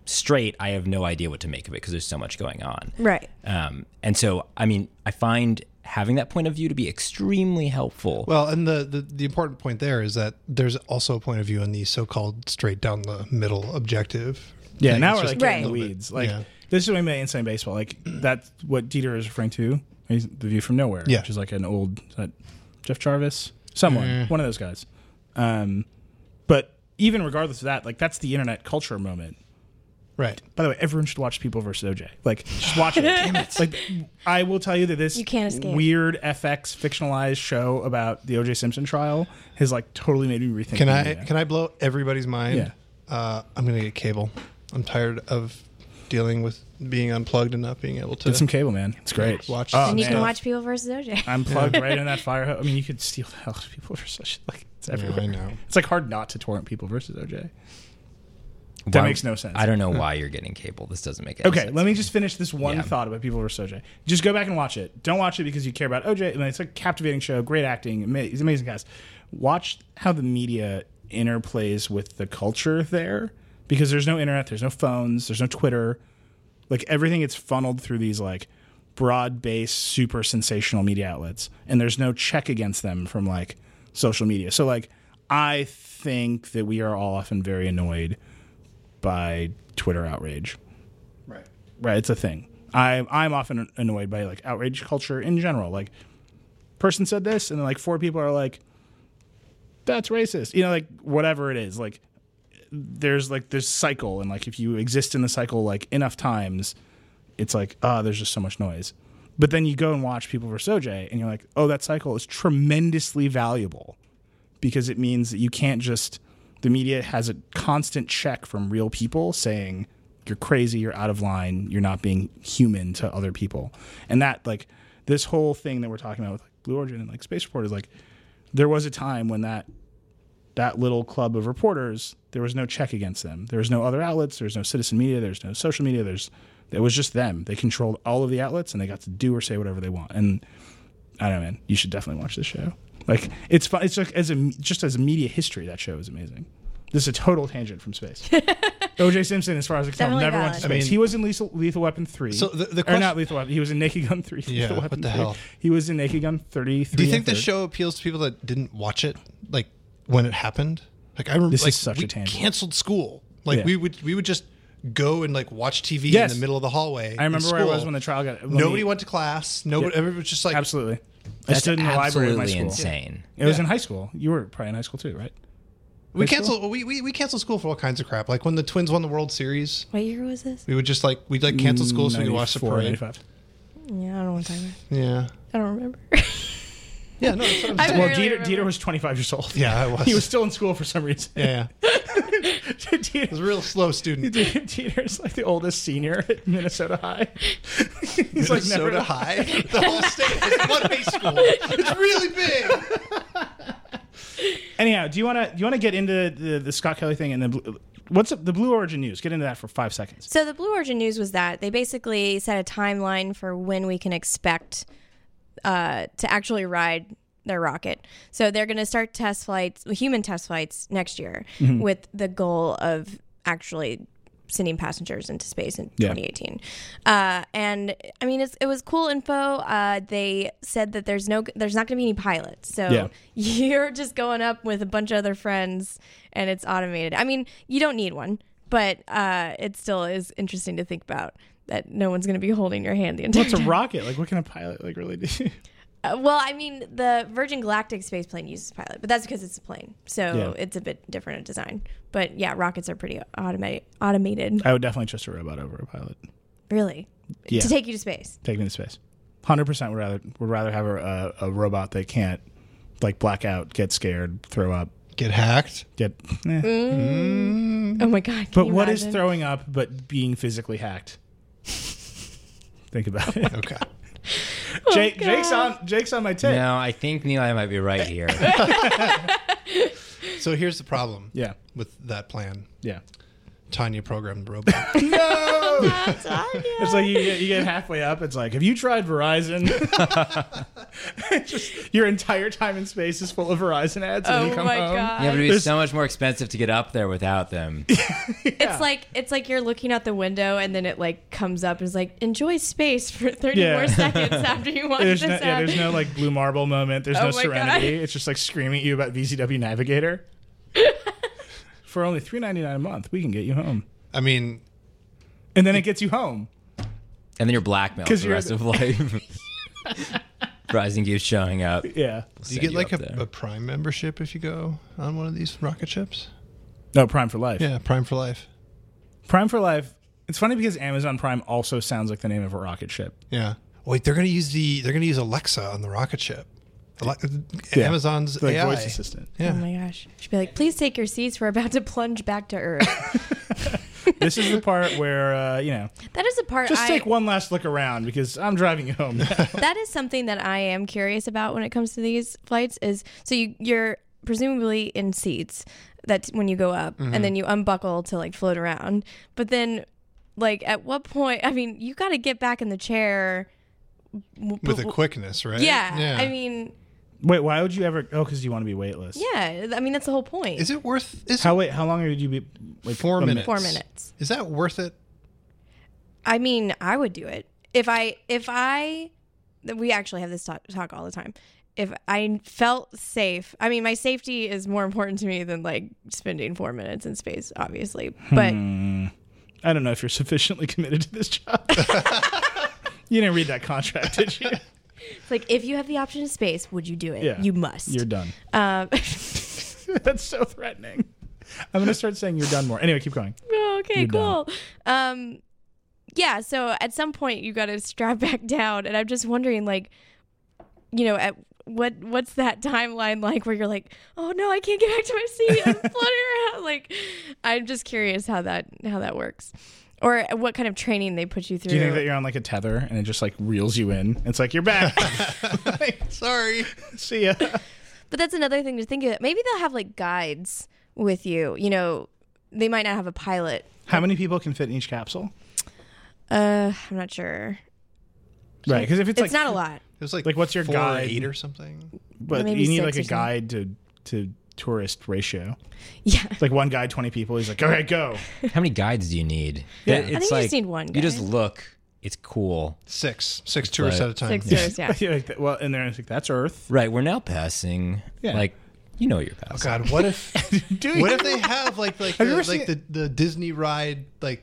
D: straight, I have no idea what to make of it because there's so much going on.
C: Right.
D: Um, and so, I mean, I find having that point of view to be extremely helpful.
A: Well, and the, the the important point there is that there's also a point of view on the so-called straight down the middle objective.
B: Yeah,
A: thing.
B: now
A: It's
B: we're
A: just
B: like
A: a
B: getting in the
A: little bit-
B: weeds. Like
A: yeah.
B: this is what we meant inside baseball. Like that's what Dieter is referring to. He's the view from nowhere,
A: Yeah.
B: which is like an old is that Jeff Jarvis, someone,
A: Mm.
B: one of those guys. Um, but even regardless of that, like that's the internet culture moment.
A: right.
B: By the way, everyone should watch People versus OJ. Like, just watch it. Like, I will tell you that this
C: You can't escape.
B: weird FX fictionalized show about the OJ Simpson trial has like totally made me rethink.
A: Can
B: the
A: I
B: internet.
A: can I blow everybody's mind?
B: Yeah.
A: Uh, I'm gonna get cable. I'm tired of dealing with being unplugged and not being able to.
B: Get some cable, man. It's great.
A: Watch
B: Oh,
A: some
C: and you can
B: man.
C: watch People versus OJ.
B: I'm plugged right in that fire hose. I mean, you could steal the hell out of people versus OJ. Like it's everywhere.
A: I know.
B: It's like hard not to torrent people versus OJ. That
D: Why-
B: makes no sense.
D: I don't know why you're getting cable. This doesn't make any
B: Okay,
D: sense.
B: let me just finish this one
D: Yeah.
B: thought about people versus OJ. Just go back and watch it. Don't watch it because you care about OJ. I mean, it's a captivating show, great acting, ama- it's amazing cast. Watch how the media interplays with the culture there because there's no internet, there's no phones, there's no Twitter. Like everything gets funneled through these like broad-based super sensational media outlets and there's no check against them from like social media. So like I think that we are all often very annoyed by Twitter outrage
A: Right.
B: right it's a thing i i'm often annoyed by like outrage culture in general like person said this and then like four people are like that's racist you know like whatever it is like there's like this cycle and like if you exist in the cycle like enough times it's like ah there's just so much noise but then you go and watch people versus OJ and you're like oh that cycle is tremendously valuable because it means that you can't just the media has a constant check from real people saying you're crazy you're out of line you're not being human to other people and that like this whole thing that we're talking about with like blue origin and like space report is like there was a time when that that little club of reporters there was no check against them there was no other outlets there was no citizen media there's no social media there's It was just them. They controlled all of the outlets and they got to do or say whatever they want. And I don't know, man. You should definitely watch this show. Like it's fun. It's like as a just as a media history, that show is amazing. This is a total tangent from space. O.J. Simpson, as far as I can tell,
C: Definitely
B: never went to
C: valid.
B: space.
C: I
A: mean-
B: he was in Lethal, Lethal Weapon three.
A: So the- the
B: or
A: question-
B: not Lethal Weapon. He was in Naked Gun three.
A: Yeah,
B: Lethal
A: what
B: Weapon
A: the
B: 3.
A: hell?
B: He was in Naked Gun thirty three.
A: Do you think this show appeals to people that didn't watch it, like when it happened? Like I remember,
B: This is
A: like,
B: such a
A: we
B: tangent.
A: canceled school. Like
B: Yeah.
A: we would, we would just go and like watch TV
B: Yes.
A: in the middle of the hallway.
B: I
A: in
B: remember where I
A: school.
B: was when the trial got. when
A: Nobody
B: the-
A: went to class. Nobody.
B: Yeah.
A: Everybody was just like,
B: Absolutely. I
D: That's
B: stood in the library
D: absolutely
B: of my school.
D: insane.
B: It was
A: Yeah.
B: in high school. You were probably in high school too, right?
A: we
B: High school?
A: cancel. We, we we canceled school for all kinds of crap. Like when the Twins won the World Series,
C: What year was this?
A: we would just like we'd like cancel school so we could watch the
B: 94,
A: parade.
B: 95.
C: Yeah, I don't want to talk about. it.
A: Yeah.
C: I don't remember.
A: Yeah. No. That's what I'm
C: I
A: saying.
B: Well,
C: barely
B: Dieter,
C: remember.
B: Dieter was 25 years old.
A: yeah, I was.
B: He was still in school for some reason.
A: yeah, yeah.
B: Dieter,
A: He was a real slow student.
B: Dieter's like the oldest senior at Minnesota High. He's like never
A: Minnesota High. The whole state is one high school. It's really big.
B: Anyhow, do you want to do you want to get into the, the Scott Kelly thing and then Blue- what's up, the Blue Origin news? Get into that for five seconds.
C: So the Blue Origin news was that they basically set a timeline for when we can expect uh, to actually ride their rocket. So they're going to start test flights, human test flights next year,
B: Mm-hmm.
C: with the goal of actually sending passengers into space in
B: Yeah.
C: 2018. Uh, and I mean, it's, it was cool info. Uh, they said that there's no, there's not going to be any pilots, so
B: Yeah.
C: you're just going up with a bunch of other friends, and it's automated. I mean, you don't need one, but uh, it still is interesting to think about. That no one's going to be holding your hand the entire
B: What's a rocket? Like, what can a pilot like really do?
C: uh, well, I mean, the Virgin Galactic space plane uses pilot, but that's because it's a plane, so
B: Yeah.
C: it's a bit different in design. But yeah, rockets are pretty automated. Automated,
B: I would definitely trust a robot over a pilot.
C: really,
B: Yeah.
C: to take you to space.
B: Take me to space. Hundred percent would rather would rather have a, a, a robot that can't like black out, get scared, throw up,
A: Get hacked.
B: get. eh.
C: Oh my god! Can
B: Mm-hmm. But
C: you
B: what is
C: imagine?
B: throwing up but being physically hacked? Think about it.
A: Okay.
C: Oh
B: Jake, Jake's on Jake's on my tip.
D: No, I think Neil, I might be right here.
A: So here's the problem.
B: Yeah.
A: With that plan,
B: Yeah.
A: Tanya programmed the robot.
B: No.
C: Tanya.
B: it's like you get, you get halfway up. It's like, have you tried Verizon? Just your entire time in space is full of Verizon ads. and then you
C: Oh
B: come
C: my
B: home.
C: god!
D: Yeah, but it'd be
B: There's-
D: so much more expensive to get up there without them.
B: Yeah.
C: It's like it's like you're looking out the window and then it like comes up and is like enjoy space for 30
B: Yeah.
C: more seconds after you watch
B: There's
C: this
B: no,
C: out.
B: yeah, there's no like blue marble moment. There's
C: Oh
B: no
C: my
B: serenity. It's just like screaming at you about VCW Navigator. For only three ninety nine a month, we can get you home,
A: I mean,
B: and then it gets you home.
D: And then you're blackmailed for
B: 'Cause
D: the
B: you're-
D: rest of life. Verizon keeps showing up.
B: Yeah.
A: do you
D: Send
A: get like
D: up
A: a,
D: there.
A: a Prime membership if you go on one of these rocket ships?
B: No Prime for life.
A: Yeah, Prime for life.
B: Prime for life. It's funny because Amazon Prime also sounds like the name of a rocket ship.
A: Yeah. Wait, they're gonna use the they're gonna use Alexa on the rocket ship. Ale- Amazon's
B: Like
A: AI.
B: voice assistant.
C: Oh
A: Yeah.
C: my gosh! She'd be like, please take your seats. We're about to plunge back to Earth.
B: this is the part where uh, you know,
C: that is a part.
B: just
C: I,
B: take one last look around because I'm driving you home. now.
C: that is something that I am curious about when it comes to these flights. Is so you you're presumably in seats that when you go up,
B: Mm-hmm.
C: and then you unbuckle to like float around. But then, like at what point? I mean, you got to get back in the chair. w-
A: With a
C: w-
A: quickness, right?
C: yeah, I mean,
B: Wait, why would you ever? Oh, because you want to be weightless.
C: yeah. I mean, that's the whole point.
A: is it worth is
B: How wait? How long did you be? Like
A: Four
B: a minute?
A: minutes.
C: Four minutes.
A: is that worth it?
C: I mean, I would do it if I if I we actually have this talk, talk all the time. If I felt safe, I mean, my safety is more important to me than like spending four minutes in space, obviously. But
B: I don't know if you're sufficiently committed to this job. you didn't read that contract, did you?
C: it's like, if you have the option of space, would you do it?
B: Yeah.
C: You must.
B: You're done.
C: Um,
B: That's so threatening. I'm gonna start saying you're done more. Anyway, keep going.
C: Oh, okay,
B: You're done.
C: cool. Um, yeah. So at some point you got to strap back down, and I'm just wondering, like, you know, at what what's that timeline like where you're like, oh no, I can't get back to my seat. I'm floating around. Like, I'm just curious how that how that works, or what kind of training they put you through.
B: Do you think that you're on like a tether and it just like reels you in? It's like you're back.
A: Sorry.
B: See ya.
C: But that's another thing to think of. Maybe they'll have like guides with you. You know, they might not have a pilot.
B: How many people can fit in each capsule?
C: Uh, I'm not sure.
B: Right, because if it's,
C: It's,
B: like
C: not a lot.
A: It was like,
B: Like, what's your
A: four or
B: guide?
A: eight or something?
B: but
C: Maybe
B: you need
C: six
B: like
C: or
B: a
C: something.
B: guide to to tourist ratio.
C: Yeah.
B: It's like one guy, twenty people. He's like, all right, go.
D: How many guides do you need?
B: Yeah.
D: It-
B: I
D: It's
C: think you just
D: like,
C: need one
D: You just
C: guide.
D: look. It's cool.
A: Six, six tourists
D: like-
A: at a time.
C: Six
A: Yeah.
C: years, yeah.
B: Yeah, like that- well, and they're like, that's Earth.
D: Right. We're now passing.
B: Yeah.
D: Like, you know you're passing.
A: God, what if
B: Dude,
A: what if they have like like
B: you
A: the,
B: ever
A: like the, the Disney ride like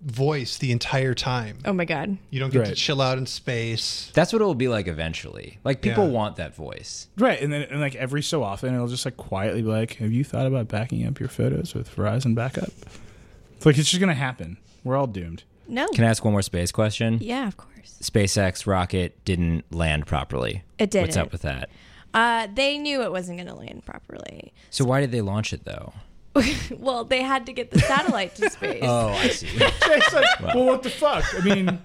A: voice the entire time?
C: Oh my god.
A: You don't get to
B: Right.
A: chill out in space.
D: That's what it will be like eventually. Like, people
A: Yeah.
D: want that voice.
B: right? And then and like every so often, it'll just like quietly be like, have you thought about backing up your photos with Verizon backup? It's like it's just gonna happen. We're all doomed.
C: No.
D: Can I ask one more space question?
C: yeah, of course.
D: SpaceX rocket didn't land properly.
C: It
D: What's
C: didn't.
D: up with that?
C: Uh, they knew it wasn't going to land properly.
D: So why did they launch it though?
C: Well, they had to get the satellite to space.
A: Uh,
D: Oh, I see.
B: It's like, well, what the fuck? I mean,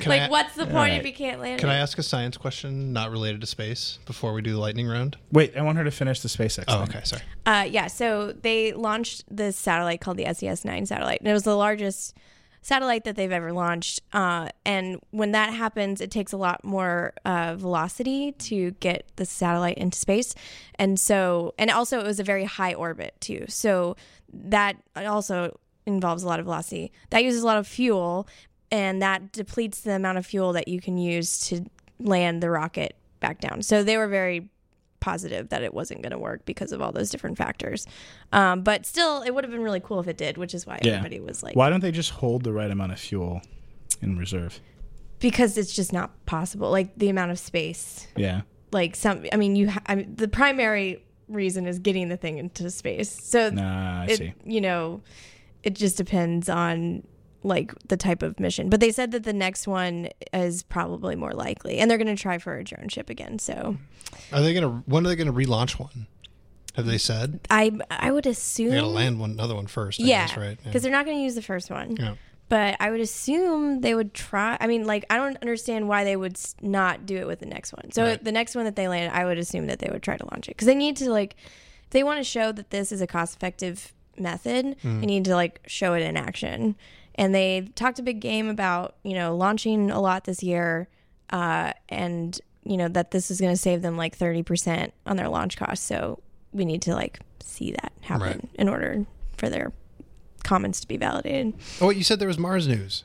A: Can
C: like,
A: I,
C: what's the point if
D: right.
C: you can't land?
A: Can I
C: it?
A: ask a science question not related to space before we do the lightning round?
B: wait, I want her to finish the SpaceX.
A: Oh,
B: thing.
A: okay, sorry.
C: Uh, yeah, so they launched this satellite called the SES 9 satellite, and it was the largest satellite that they've ever launched. Uh, and when that happens, it takes a lot more uh, velocity to get the satellite into space. And so, and also, it was a very high orbit, too. So that also involves a lot of velocity. That uses a lot of fuel, and that depletes the amount of fuel that you can use to land the rocket back down. So they were very positive that it wasn't going to work because of all those different factors. Um, but still, it would have been really cool if it did, which is why
B: Yeah.
C: everybody was like,
B: Why don't they just hold the right amount of fuel in reserve?
C: because it's just not possible. Like the amount of space,
B: Yeah.
C: like some, I mean, you, ha- I mean, the primary reason is getting the thing into space. So,
B: Nah, I
C: it,
B: see.
C: you know, it just depends on like the type of mission. But they said that the next one is probably more likely, and they're going to try for a drone ship again. So,
A: Are they gonna when are they gonna relaunch one? Have they said?
C: I, I would assume.
A: They gotta land one another one first, I
C: Mm. Yeah,
A: guess, right? Yeah.
C: Because they're not going to use the first one.
A: Yeah.
C: But I would assume they would try. I mean, like I don't understand why they would s- not do it with the next one. So
A: Right.
C: the next one that they land, I would assume that they would try to launch it because they need to like, if they want to show that this is a cost-effective method.
A: Mm-hmm.
C: They need to like show it in action. And they talked a big game about you know launching a lot this year, uh, and you know that this is going to save them like thirty percent on their launch cost. So we need to like see that happen
A: Right.
C: in order for their comments to be validated.
A: Oh wait, you said there was Mars news.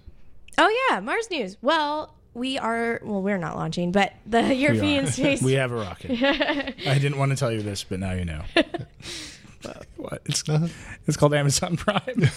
C: Oh yeah, Mars news. Well, we are well, we're not launching, but the European
B: are.
C: space
B: We have a rocket. I didn't want to tell you this, but now you know. what? It's,
A: Nothing?
B: it's called Amazon Prime.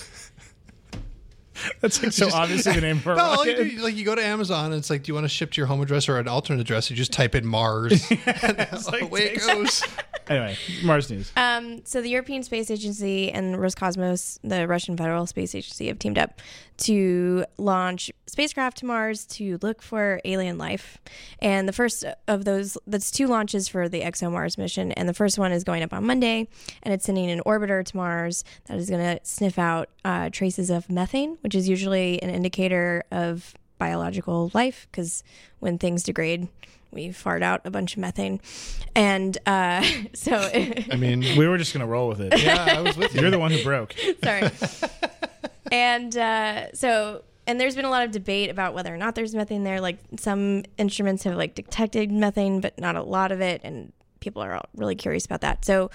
B: That's like so obviously the name for a
A: No, all you
B: rocket.
A: do is, like you go to Amazon and it's like, do you want to ship to your home address or an alternate address? You just type in Mars.
B: like
A: away it
B: takes-
A: goes.
B: Anyway, Mars news.
C: Um, so the European Space Agency and Roscosmos, the Russian Federal Space Agency, have teamed up to launch spacecraft to Mars to look for alien life. And the first of those, that's two launches for the ExoMars mission. And the first one is going up on Monday, and it's sending an orbiter to Mars that is going to sniff out uh, traces of methane, which is usually an indicator of biological life because when things degrade, we fart out a bunch of methane. And uh, so.
A: I mean,
B: We were just gonna roll with it.
A: yeah, I was with you.
B: You're the one who broke.
C: Sorry. and uh, so, and there's been a lot of debate about whether or not there's methane there. Like some instruments have like detected methane, but not a lot of it, and people are all really curious about that. So,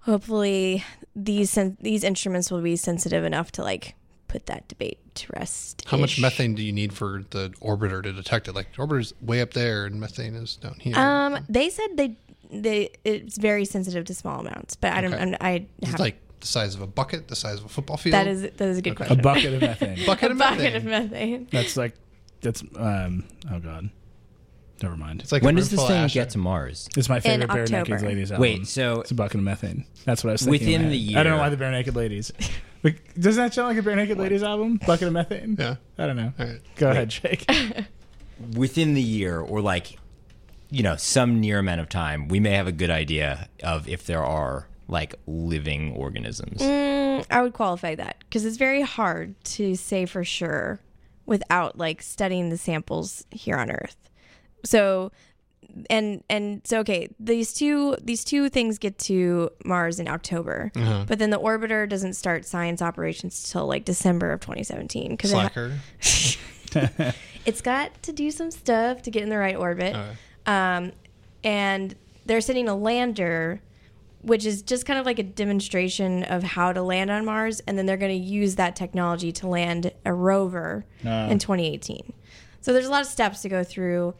C: hopefully, these sen- these instruments will be sensitive enough to like put that debate to rest.
A: How much methane do you need for the orbiter to detect it? Like, the orbiter's way up there and methane is down here.
C: Um, they said they they it's very sensitive to small amounts, but I don't.
A: Okay.
C: I'm- I
A: it's
C: have
A: like the size of a bucket, the size of a football field.
C: that is that is a good
A: Okay.
B: A
C: question.
B: bucket of methane.
A: bucket
C: A
A: of
C: bucket
A: methane.
C: of methane.
B: That's like that's um oh god. Never mind.
A: It's like a
D: when does
A: room
D: this
A: full of
D: thing
A: ash.
D: get to Mars?
B: It's my favorite bare
C: October.
B: naked ladies album.
D: Wait, so
B: It's a bucket of methane. That's what I was thinking. in
D: Within
B: my
D: the
B: head.
D: year.
B: I don't know why the Bare Naked Ladies. Like, doesn't that sound like a Bare Naked Ladies album? Bucket of methane.
A: Yeah.
B: I don't know.
A: All right.
B: Go ahead, Jake.
D: within the year or like you know some near amount of time we may have a good idea of if there are like living organisms
C: Mm, I would qualify that because it's very hard to say for sure without like studying the samples here on Earth. So, and and so okay, these two these two things get to Mars in October, but then the orbiter doesn't start science operations till like December of 2017 because
A: Slacker.
C: it's got to do some stuff to get in the right orbit.
A: All right.
C: Um, and they're sending a lander, which is just kind of like a demonstration of how to land on Mars. And then they're going to use that technology to land a rover
B: Ah.
C: in 2018. So there's a lot of steps to go through.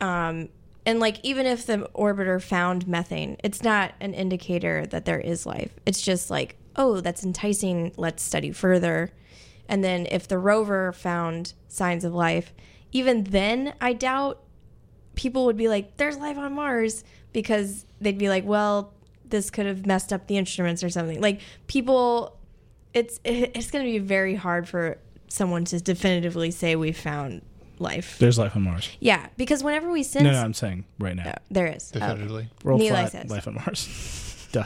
C: Um, and like, even if the orbiter found methane, it's not an indicator that there is life. It's just like, oh, that's enticing. Let's study further. And then if the rover found signs of life, even then, I doubt people would be like, there's life on Mars because they'd be like, well, this could have messed up the instruments or something. Like people, it's it's going to be very hard for someone to definitively say we found life.
B: There's life on Mars.
C: Yeah, because whenever we sense
B: No, no, I'm saying right now.
C: Oh, there is. Oh.
A: Definitively.
B: Roll
C: Neil
B: flat,
C: says.
B: life on Mars. Duh.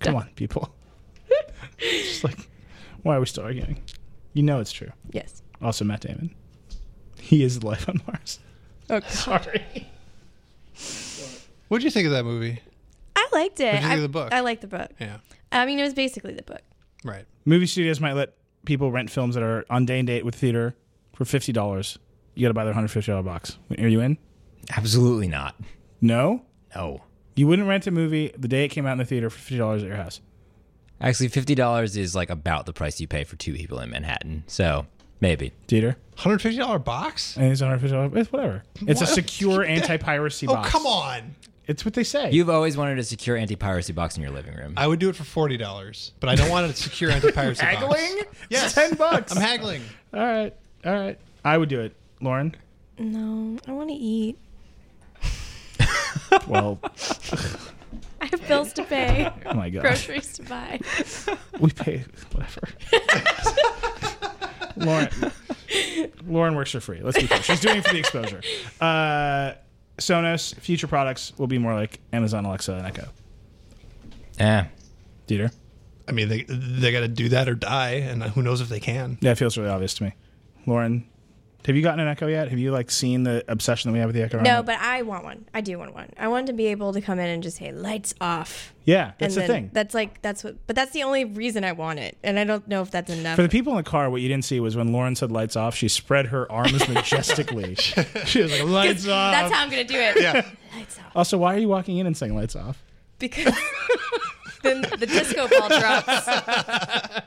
B: Come on, people. Just like, why are we still arguing? You know it's true.
C: Yes.
B: Also, Matt Damon. He is life on Mars. Sorry.
A: What did you think of that movie?
C: I liked it.
A: What'd you think
C: I,
A: of the book?
C: I liked the book.
A: Yeah.
C: I mean, it was basically the book.
A: Right.
B: Movie studios might let people rent films that are on day and date with theater for fifty dollars. You got to buy their hundred fifty dollar box. Are you in?
D: Absolutely not.
B: No.
D: No.
B: You wouldn't rent a movie the day it came out in the theater for fifty dollars at your house.
D: Actually, fifty dollars is like about the price you pay for two people in Manhattan. So maybe.
B: Theater.
A: $150 box?
B: And it's hundred fifty dollars. It's whatever. It's a
A: What?
B: secure anti piracy
A: Oh,
B: box.
A: come on.
B: It's what they say.
D: You've always wanted a secure anti-piracy box in your living room.
A: I would do it for $40, but I don't want a secure anti piracy box.
B: haggling?
A: Yes.
B: Ten bucks.
A: I'm haggling.
B: all right. All right. I would do it, Lauren.
C: No, I want to eat.
B: Well,
C: I have bills to pay,
B: oh my gosh,
C: groceries to buy.
B: we pay whatever. Lauren, Lauren works for free. Let's be fair. She's doing it for the exposure. Uh, Sonos future products will be more like Amazon Alexa and Echo.
D: Eh.
B: Dieter.
A: I mean, they, they got to do that or die, and who knows if they can.
B: That feels really obvious to me. Lauren, have you gotten an Echo yet? Have you like seen the obsession that we have with the Echo?
C: No,
B: Round?
C: but I want one. I do want one. I want to be able to come in and just say lights off.
B: yeah, that's the
C: and then
B: thing.
C: That's like that's what but that's the only reason I want it. And I don't know if that's enough.
B: For the people in the car, what you didn't see was when Lauren said "lights off," she spread her arms majestically. she was like, "Lights off."
C: that's how I'm gonna do it. Yeah. Lights off.
B: Also, why are you walking in and saying "lights off"?
C: Because then the disco ball drops.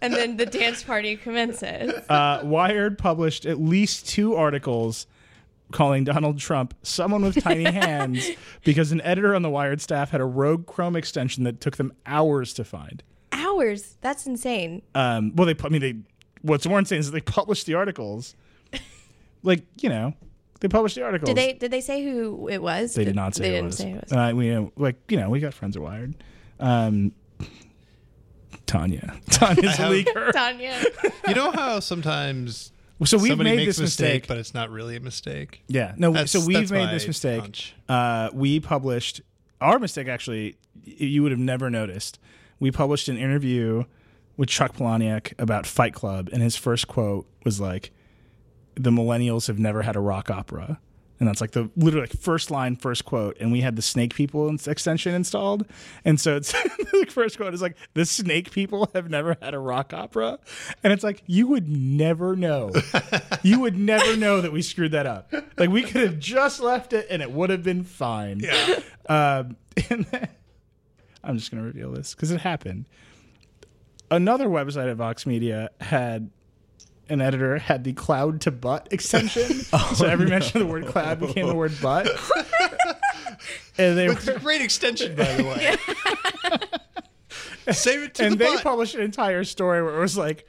C: And then the dance party commences.
B: Uh, Wired published at least two articles calling Donald Trump someone with tiny hands because an editor on the Wired staff had a rogue Chrome extension that took them hours to find.
C: Hours. That's insane.
B: Um, well, they, pu- I mean, they. What's more insane is they published the articles. Like you know, they published the articles.
C: Did they did they say who it was?
B: They did not say
C: they
B: it
C: didn't
B: was.
C: say who it was.
B: And I, we uh, like you know we got friends at Wired. Um, Tanya, Tanya's a
A: have-
B: leaker.
C: Tanya.
A: You know how sometimes
B: So we've
A: somebody
B: made
A: makes
B: this
A: a mistake,
B: mistake.
A: but it's not really a mistake?
B: yeah, no.
A: That's-
B: So we've
A: that's
B: made
A: my
B: this mistake.
A: hunch.
B: Uh, we published our mistake. Actually, y- you would have never noticed. We published an interview with Chuck Palahniuk about Fight Club, and his first quote was like, "The millennials have never had a rock opera." And that's like the literally like first line, first quote. And we had the snake people ins- extension installed. And so it's the first quote is like, the snake people have never had a rock opera. And it's like, you would never know. you would never know that we screwed that up. Like we could have just left it and it would have been fine. Yeah. Um, and then, I'm just going to reveal this because it happened. Another website at Vox Media had an editor had the cloud to butt extension. so every mention of the word cloud became the word butt. and they
A: It's a
B: were,
A: great extension, by the way. Save it to
B: and
A: the
B: they
A: butt.
B: published an entire story where it was like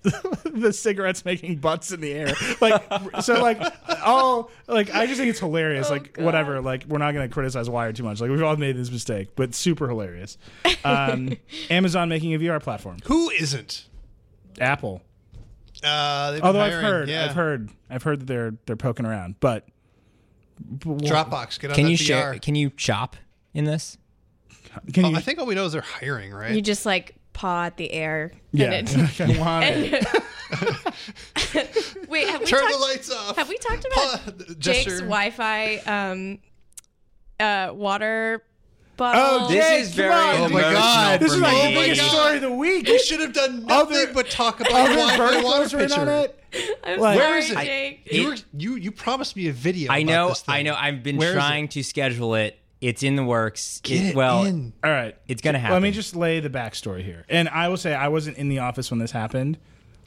B: the cigarettes making butts in the air. Like so like all like I just think it's hilarious.
A: Oh,
B: like whatever, like we're not gonna criticize Wired too much. Like we've all made this mistake, but super hilarious. Um, Amazon making a VR platform.
A: Who isn't?
B: Apple.
A: Uh, they've been
B: Although I've
A: hiring,
B: heard,
A: yeah.
B: I've heard, I've heard that they're they're poking around, but
A: Dropbox, get on
D: Can
A: that
D: you
A: VR.
D: share? Can you chop in this?
B: can
A: Oh,
B: you?
A: I think all we know is they're hiring, right?
C: You just like paw at the air.
B: yeah,
C: And it,
B: I want it.
C: wait, have we
A: Turn
C: talked
A: the lights off.
C: Have we talked about
A: Paul-
C: Jake's
A: gesture.
C: Wi-Fi um, uh, water bottle?
B: Oh, This Jake,
D: is
B: come
D: very
B: on.
A: Oh my
D: emotional
A: God.
D: for
B: This is like the
A: me.
B: biggest
A: God.
B: story of the week.
A: We should have done nothing
B: Other-
A: but talk about
B: Other
A: Wi-Fi
B: verticals
A: water
B: were in on
A: pitcher.
B: it.
C: I'm
B: Like-
C: sorry,
A: Where is it?
C: Jake.
A: you, were, you you promised me a video.
D: I
A: about
D: know,
A: this thing.
D: I know. I've been
A: Where is it?
D: trying to schedule it. It's in the works. It-
A: Get it
D: well,
A: in.
B: All right.
D: It's gonna
B: So Let me
D: happen.
B: just lay the backstory here. And I will say I wasn't in the office when this happened.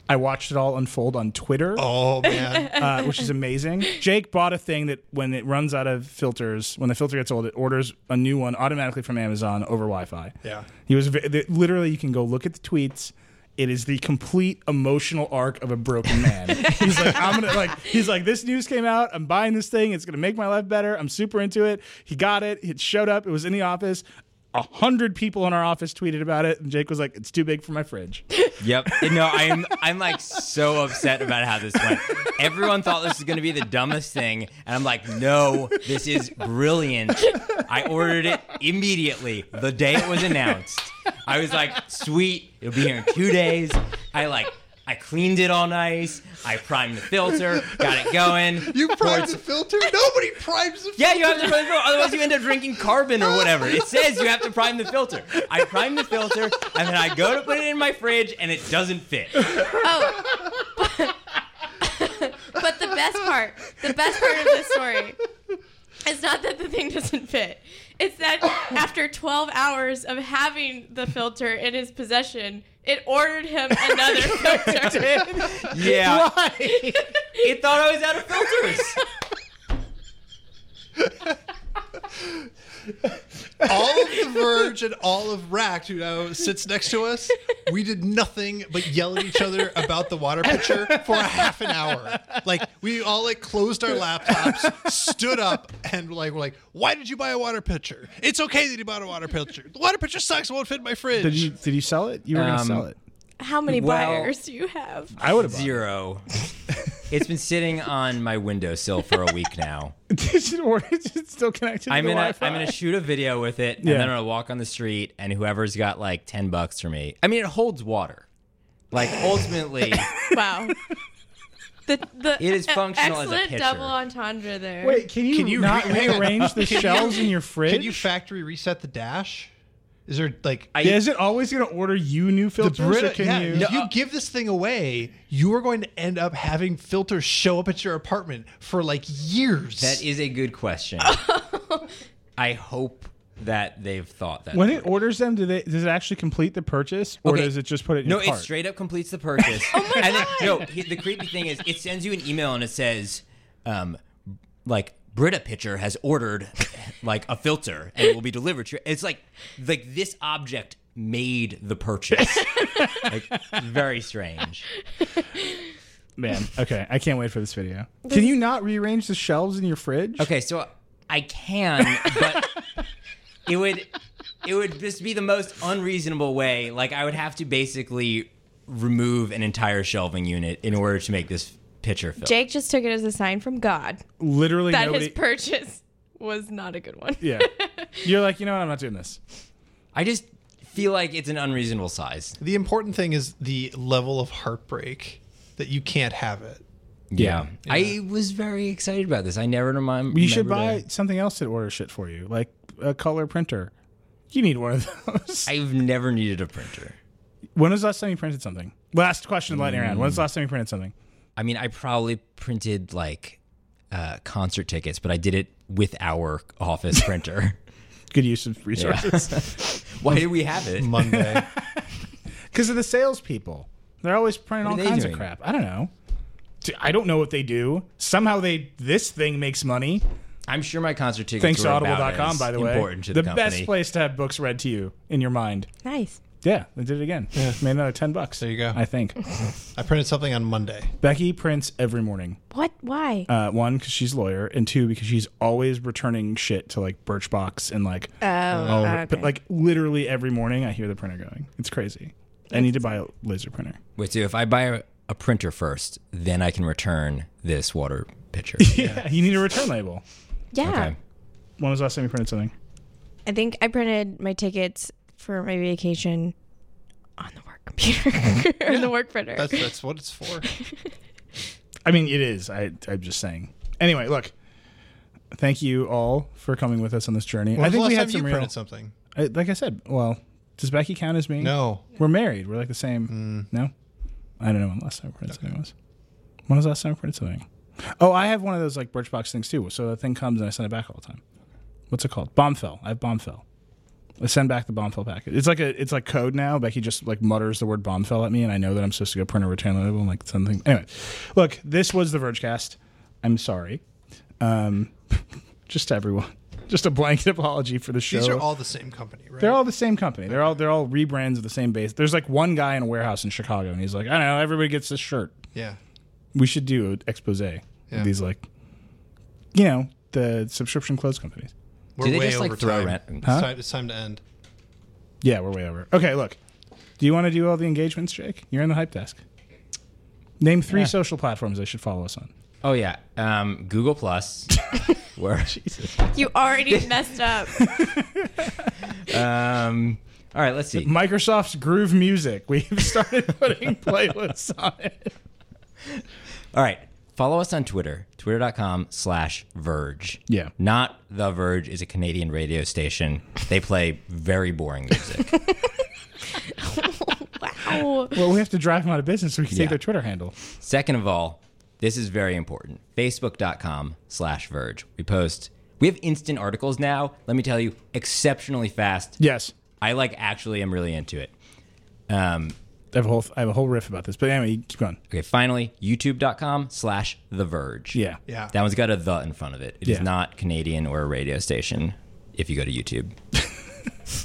B: I watched it all unfold on Twitter,
A: Oh man,
B: uh, which is amazing. Jake bought a thing that when it runs out of filters, when the filter gets old, it orders a new one automatically from Amazon over Wi-Fi.
A: Yeah.
B: He was ve- th- literally you can go look at the tweets. It is the complete emotional arc of a broken man. he's like, I'm gonna like. He's like, this news came out. I'm buying this thing. It's gonna make my life better. I'm super into it. He got it. It showed up. It was in the office. A hundred people in our office tweeted about it, and Jake was like, "It's too big for my fridge."
D: Yep. No, I'm I'm like so upset about how this went. Everyone thought this was going to be the dumbest thing, and I'm like, no, this is brilliant. I ordered it immediately the day it was announced. I was like, sweet, it'll be here in two days. I like. I cleaned it all nice. I primed the filter, got it going.
A: you primed the filter. Nobody primes the.
D: Yeah, you have to prime the filter. Otherwise, you end up drinking carbon or whatever. It says you have to prime the filter. I prime the filter, and then I go to put it in my fridge, and it doesn't fit.
C: Oh. but the best part, the best part of this story is not that the thing doesn't fit. It's that after 12 hours of having the filter in his possession, it ordered him another filter.
D: Yeah,
B: Why?
D: it thought I was out of filters.
A: all of The Verge and all of Racked, who now sits next to us, we did nothing but yell at each other about the water pitcher for a half an hour. Like we all like closed our laptops, stood up, and like were like, "Why did you buy a water pitcher? It's okay that you bought a water pitcher. The water pitcher sucks. It won't fit in my fridge."
B: Did you did you sell it? You were gonna
D: Um,
B: sell it.
C: How many
D: Well-
C: buyers do you have?
B: I would have bought it.
D: Zero. It's been sitting on my windowsill for a week now.
B: Is it or is it still connected?
D: I'm
B: to the
D: gonna
B: Wi-Fi?
D: I'm gonna shoot a video with it, and
B: Yeah.
D: then I'm gonna walk on the street, and whoever's got like ten bucks for me. I mean, it holds water. Like ultimately,
C: Wow. The, the e-
D: It is functional as a
C: excellent
D: pitcher.
C: double entendre there.
B: Wait, can you,
A: Can you
B: not
A: re-
B: rearrange the shelves in your fridge?
A: Can you factory reset the dash? Is there like
D: I,
B: Yeah, is it always going to order you new filters? or
A: Brita-
B: can
A: yeah,
B: you?
A: if you give this thing away, you are going to end up having filters show up at your apartment for like years.
D: That is a good question. I hope that they've thought that.
B: When
D: through.
B: it orders them, do they does it actually complete the purchase, or
D: Okay.
B: does it just put it in
D: no,
B: your
D: it
B: cart?
D: straight up completes the purchase. oh my and then, No, he- the creepy thing is, it sends you an email and it says, um, like Brita Pitcher has ordered like a filter and it will be delivered to you. It's like like this object made the purchase. like very strange.
B: Man, okay, I can't wait for this video. Can you not rearrange the shelves in your fridge?
D: Okay, so I can, but it would it would just be the most unreasonable way. Like I would have to basically remove an entire shelving unit in order to make this pitcher fill.
C: Jake just took it as a sign from God
B: literally
C: that
B: nobody.
C: his purchase was not a good one.
B: yeah, you're like, you know what? I'm not doing this.
D: I just feel like it's an unreasonable size.
A: the important thing is the level of heartbreak that you can't have it.
D: Yeah. I was very excited about this. I never remind
B: You should buy something else that orders shit for you, like a color printer. You need one of those.
D: I've never needed a printer.
B: when was the last time you printed something? Last question of lightning round. When was the last time you printed something?
D: I mean, I probably printed like uh, concert tickets, but I did it with our office printer.
B: Good use of resources.
D: Why do we have it?
A: Monday.
B: Because of the salespeople. They're always printing all
D: What are they
B: kinds
D: doing?
B: of crap. I don't know. D- I don't know what they do. Somehow they this thing makes money.
D: I'm sure my concert tickets
B: Thanks
D: were
B: to
D: about
B: audible.com,
D: as
B: by the way.
D: important to the, company.
B: best place to have books read to you in your mind.
C: Nice.
B: Yeah, they did it again. Made another 10 bucks. There
A: you go.
B: I think.
A: I printed something on Monday.
B: Becky prints every morning.
C: What? Why?
B: Uh, one, because she's a lawyer, and two, because she's always returning shit to like Birchbox and like. all over-
C: okay.
B: But like literally every morning, I hear the printer going. It's crazy. I need to buy a laser printer.
D: Wait, so if I buy a, a printer first, then I can return this water pitcher.
B: Yeah, you need a return label.
C: yeah.
D: Okay.
B: When was the last time you printed something?
C: I think I printed my tickets for my vacation on the work computer or the work printer.
A: That's that's what it's for.
B: I mean, it is. I, I'm just saying. Anyway, look. Thank you all for coming with us on this journey. I
A: When's the
B: think
A: last
B: we
A: time
B: had some
A: you
B: real.
A: printed something.
B: I, like I said, well, does Becky count as me?
A: No. Mm.
B: We're married. We're like the same. No, I don't know when the last time I printed something was. When was the last time I printed something? Oh, I have one of those like Birchbox things too. So the thing comes and I send it back all the time. What's it called? Bombfell. I have Bombfell. I send back the bombfell packet. It's like a it's like code now. Becky just like mutters the word bombfell at me, and I know that I'm supposed to go print a return label and like something. Anyway, look, this was the Vergecast. I'm sorry, um, just to everyone, just a blanket apology for the show.
A: These are all the same company, right?
B: They're all the same company. They're all they're all rebrands of the same base. There's like one guy in a warehouse in Chicago, and he's like, I don't know, everybody gets this shirt.
A: yeah.
B: We should do an expose of
A: Yeah.
B: these like, you know, the subscription clothes companies.
A: We're
D: Do they
A: way
D: just, like,
A: over
D: throw
A: time.
D: rent-
A: It's,
D: Huh?
A: time, it's time to end.
B: Yeah, we're way over. Okay, look. Do you want to do all the engagements, Jake? You're in the hype desk. Name three
D: Yeah.
B: social platforms they should follow us on.
D: Oh yeah, um, Google Plus. where?
C: You already messed up.
D: Um, all right, let's see.
B: Microsoft's Groove Music. We've started putting playlists on it.
D: All right, follow us on Twitter, twitter.com slash Verge.
B: Yeah.
D: Not The Verge is a Canadian radio station. They play very boring music.
C: wow.
B: Well, we have to drive them out of business so we can
D: Yeah.
B: take their Twitter handle.
D: Second of all, this is very important. Facebook.com slash Verge. We post. We have instant articles now. Let me tell you, exceptionally fast.
B: Yes.
D: I like actually am really into it. Um,
B: I have a whole I have a whole riff about this. But anyway, you keep going.
D: okay, finally, youtube.com slash The Verge.
B: Yeah.
A: Yeah.
D: That one's got a the in front of it. It is
B: Yeah.
D: not Canadian or a radio station if you go to YouTube.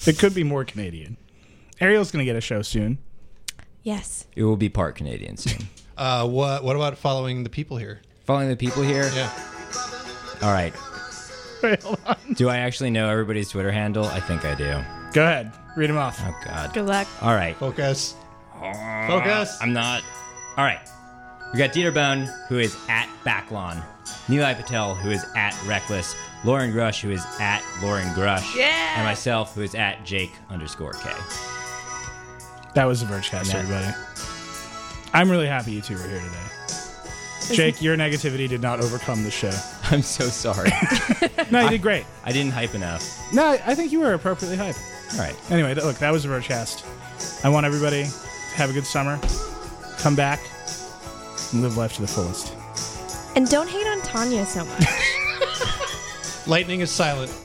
B: It could be more Canadian. Ariel's gonna get a show soon.
C: Yes.
D: It will be part Canadian soon.
A: Uh, what What about following the people here?
D: Following the people here.
A: Yeah.
D: All right.
B: Wait, hold on.
D: Do I actually know everybody's Twitter handle? I think I do.
B: Go ahead. Read them off.
D: Oh, God.
C: Good luck.
D: All right.
A: Focus. Focus.
D: Uh, I'm not. All right. We got Dieter Bone, who is at Backlon. Neil Patel, who is at Reckless. Lauren Grush, who is at Lauren Grush.
C: Yeah.
D: And myself, who is at Jake underscore K.
B: That was the Vergecast,
D: Yeah.
B: everybody. I'm really happy you two were here today. Jake, your negativity did not overcome the show.
D: I'm so sorry.
B: No, you did great.
D: I didn't hype enough.
B: No, I think you were appropriately hyped.
D: All right.
B: Anyway, th- look, that was the Vergecast. I want everybody to have a good summer, come back, and live life to the fullest.
C: And don't hate on Tanya so much.
A: Lightning is silent.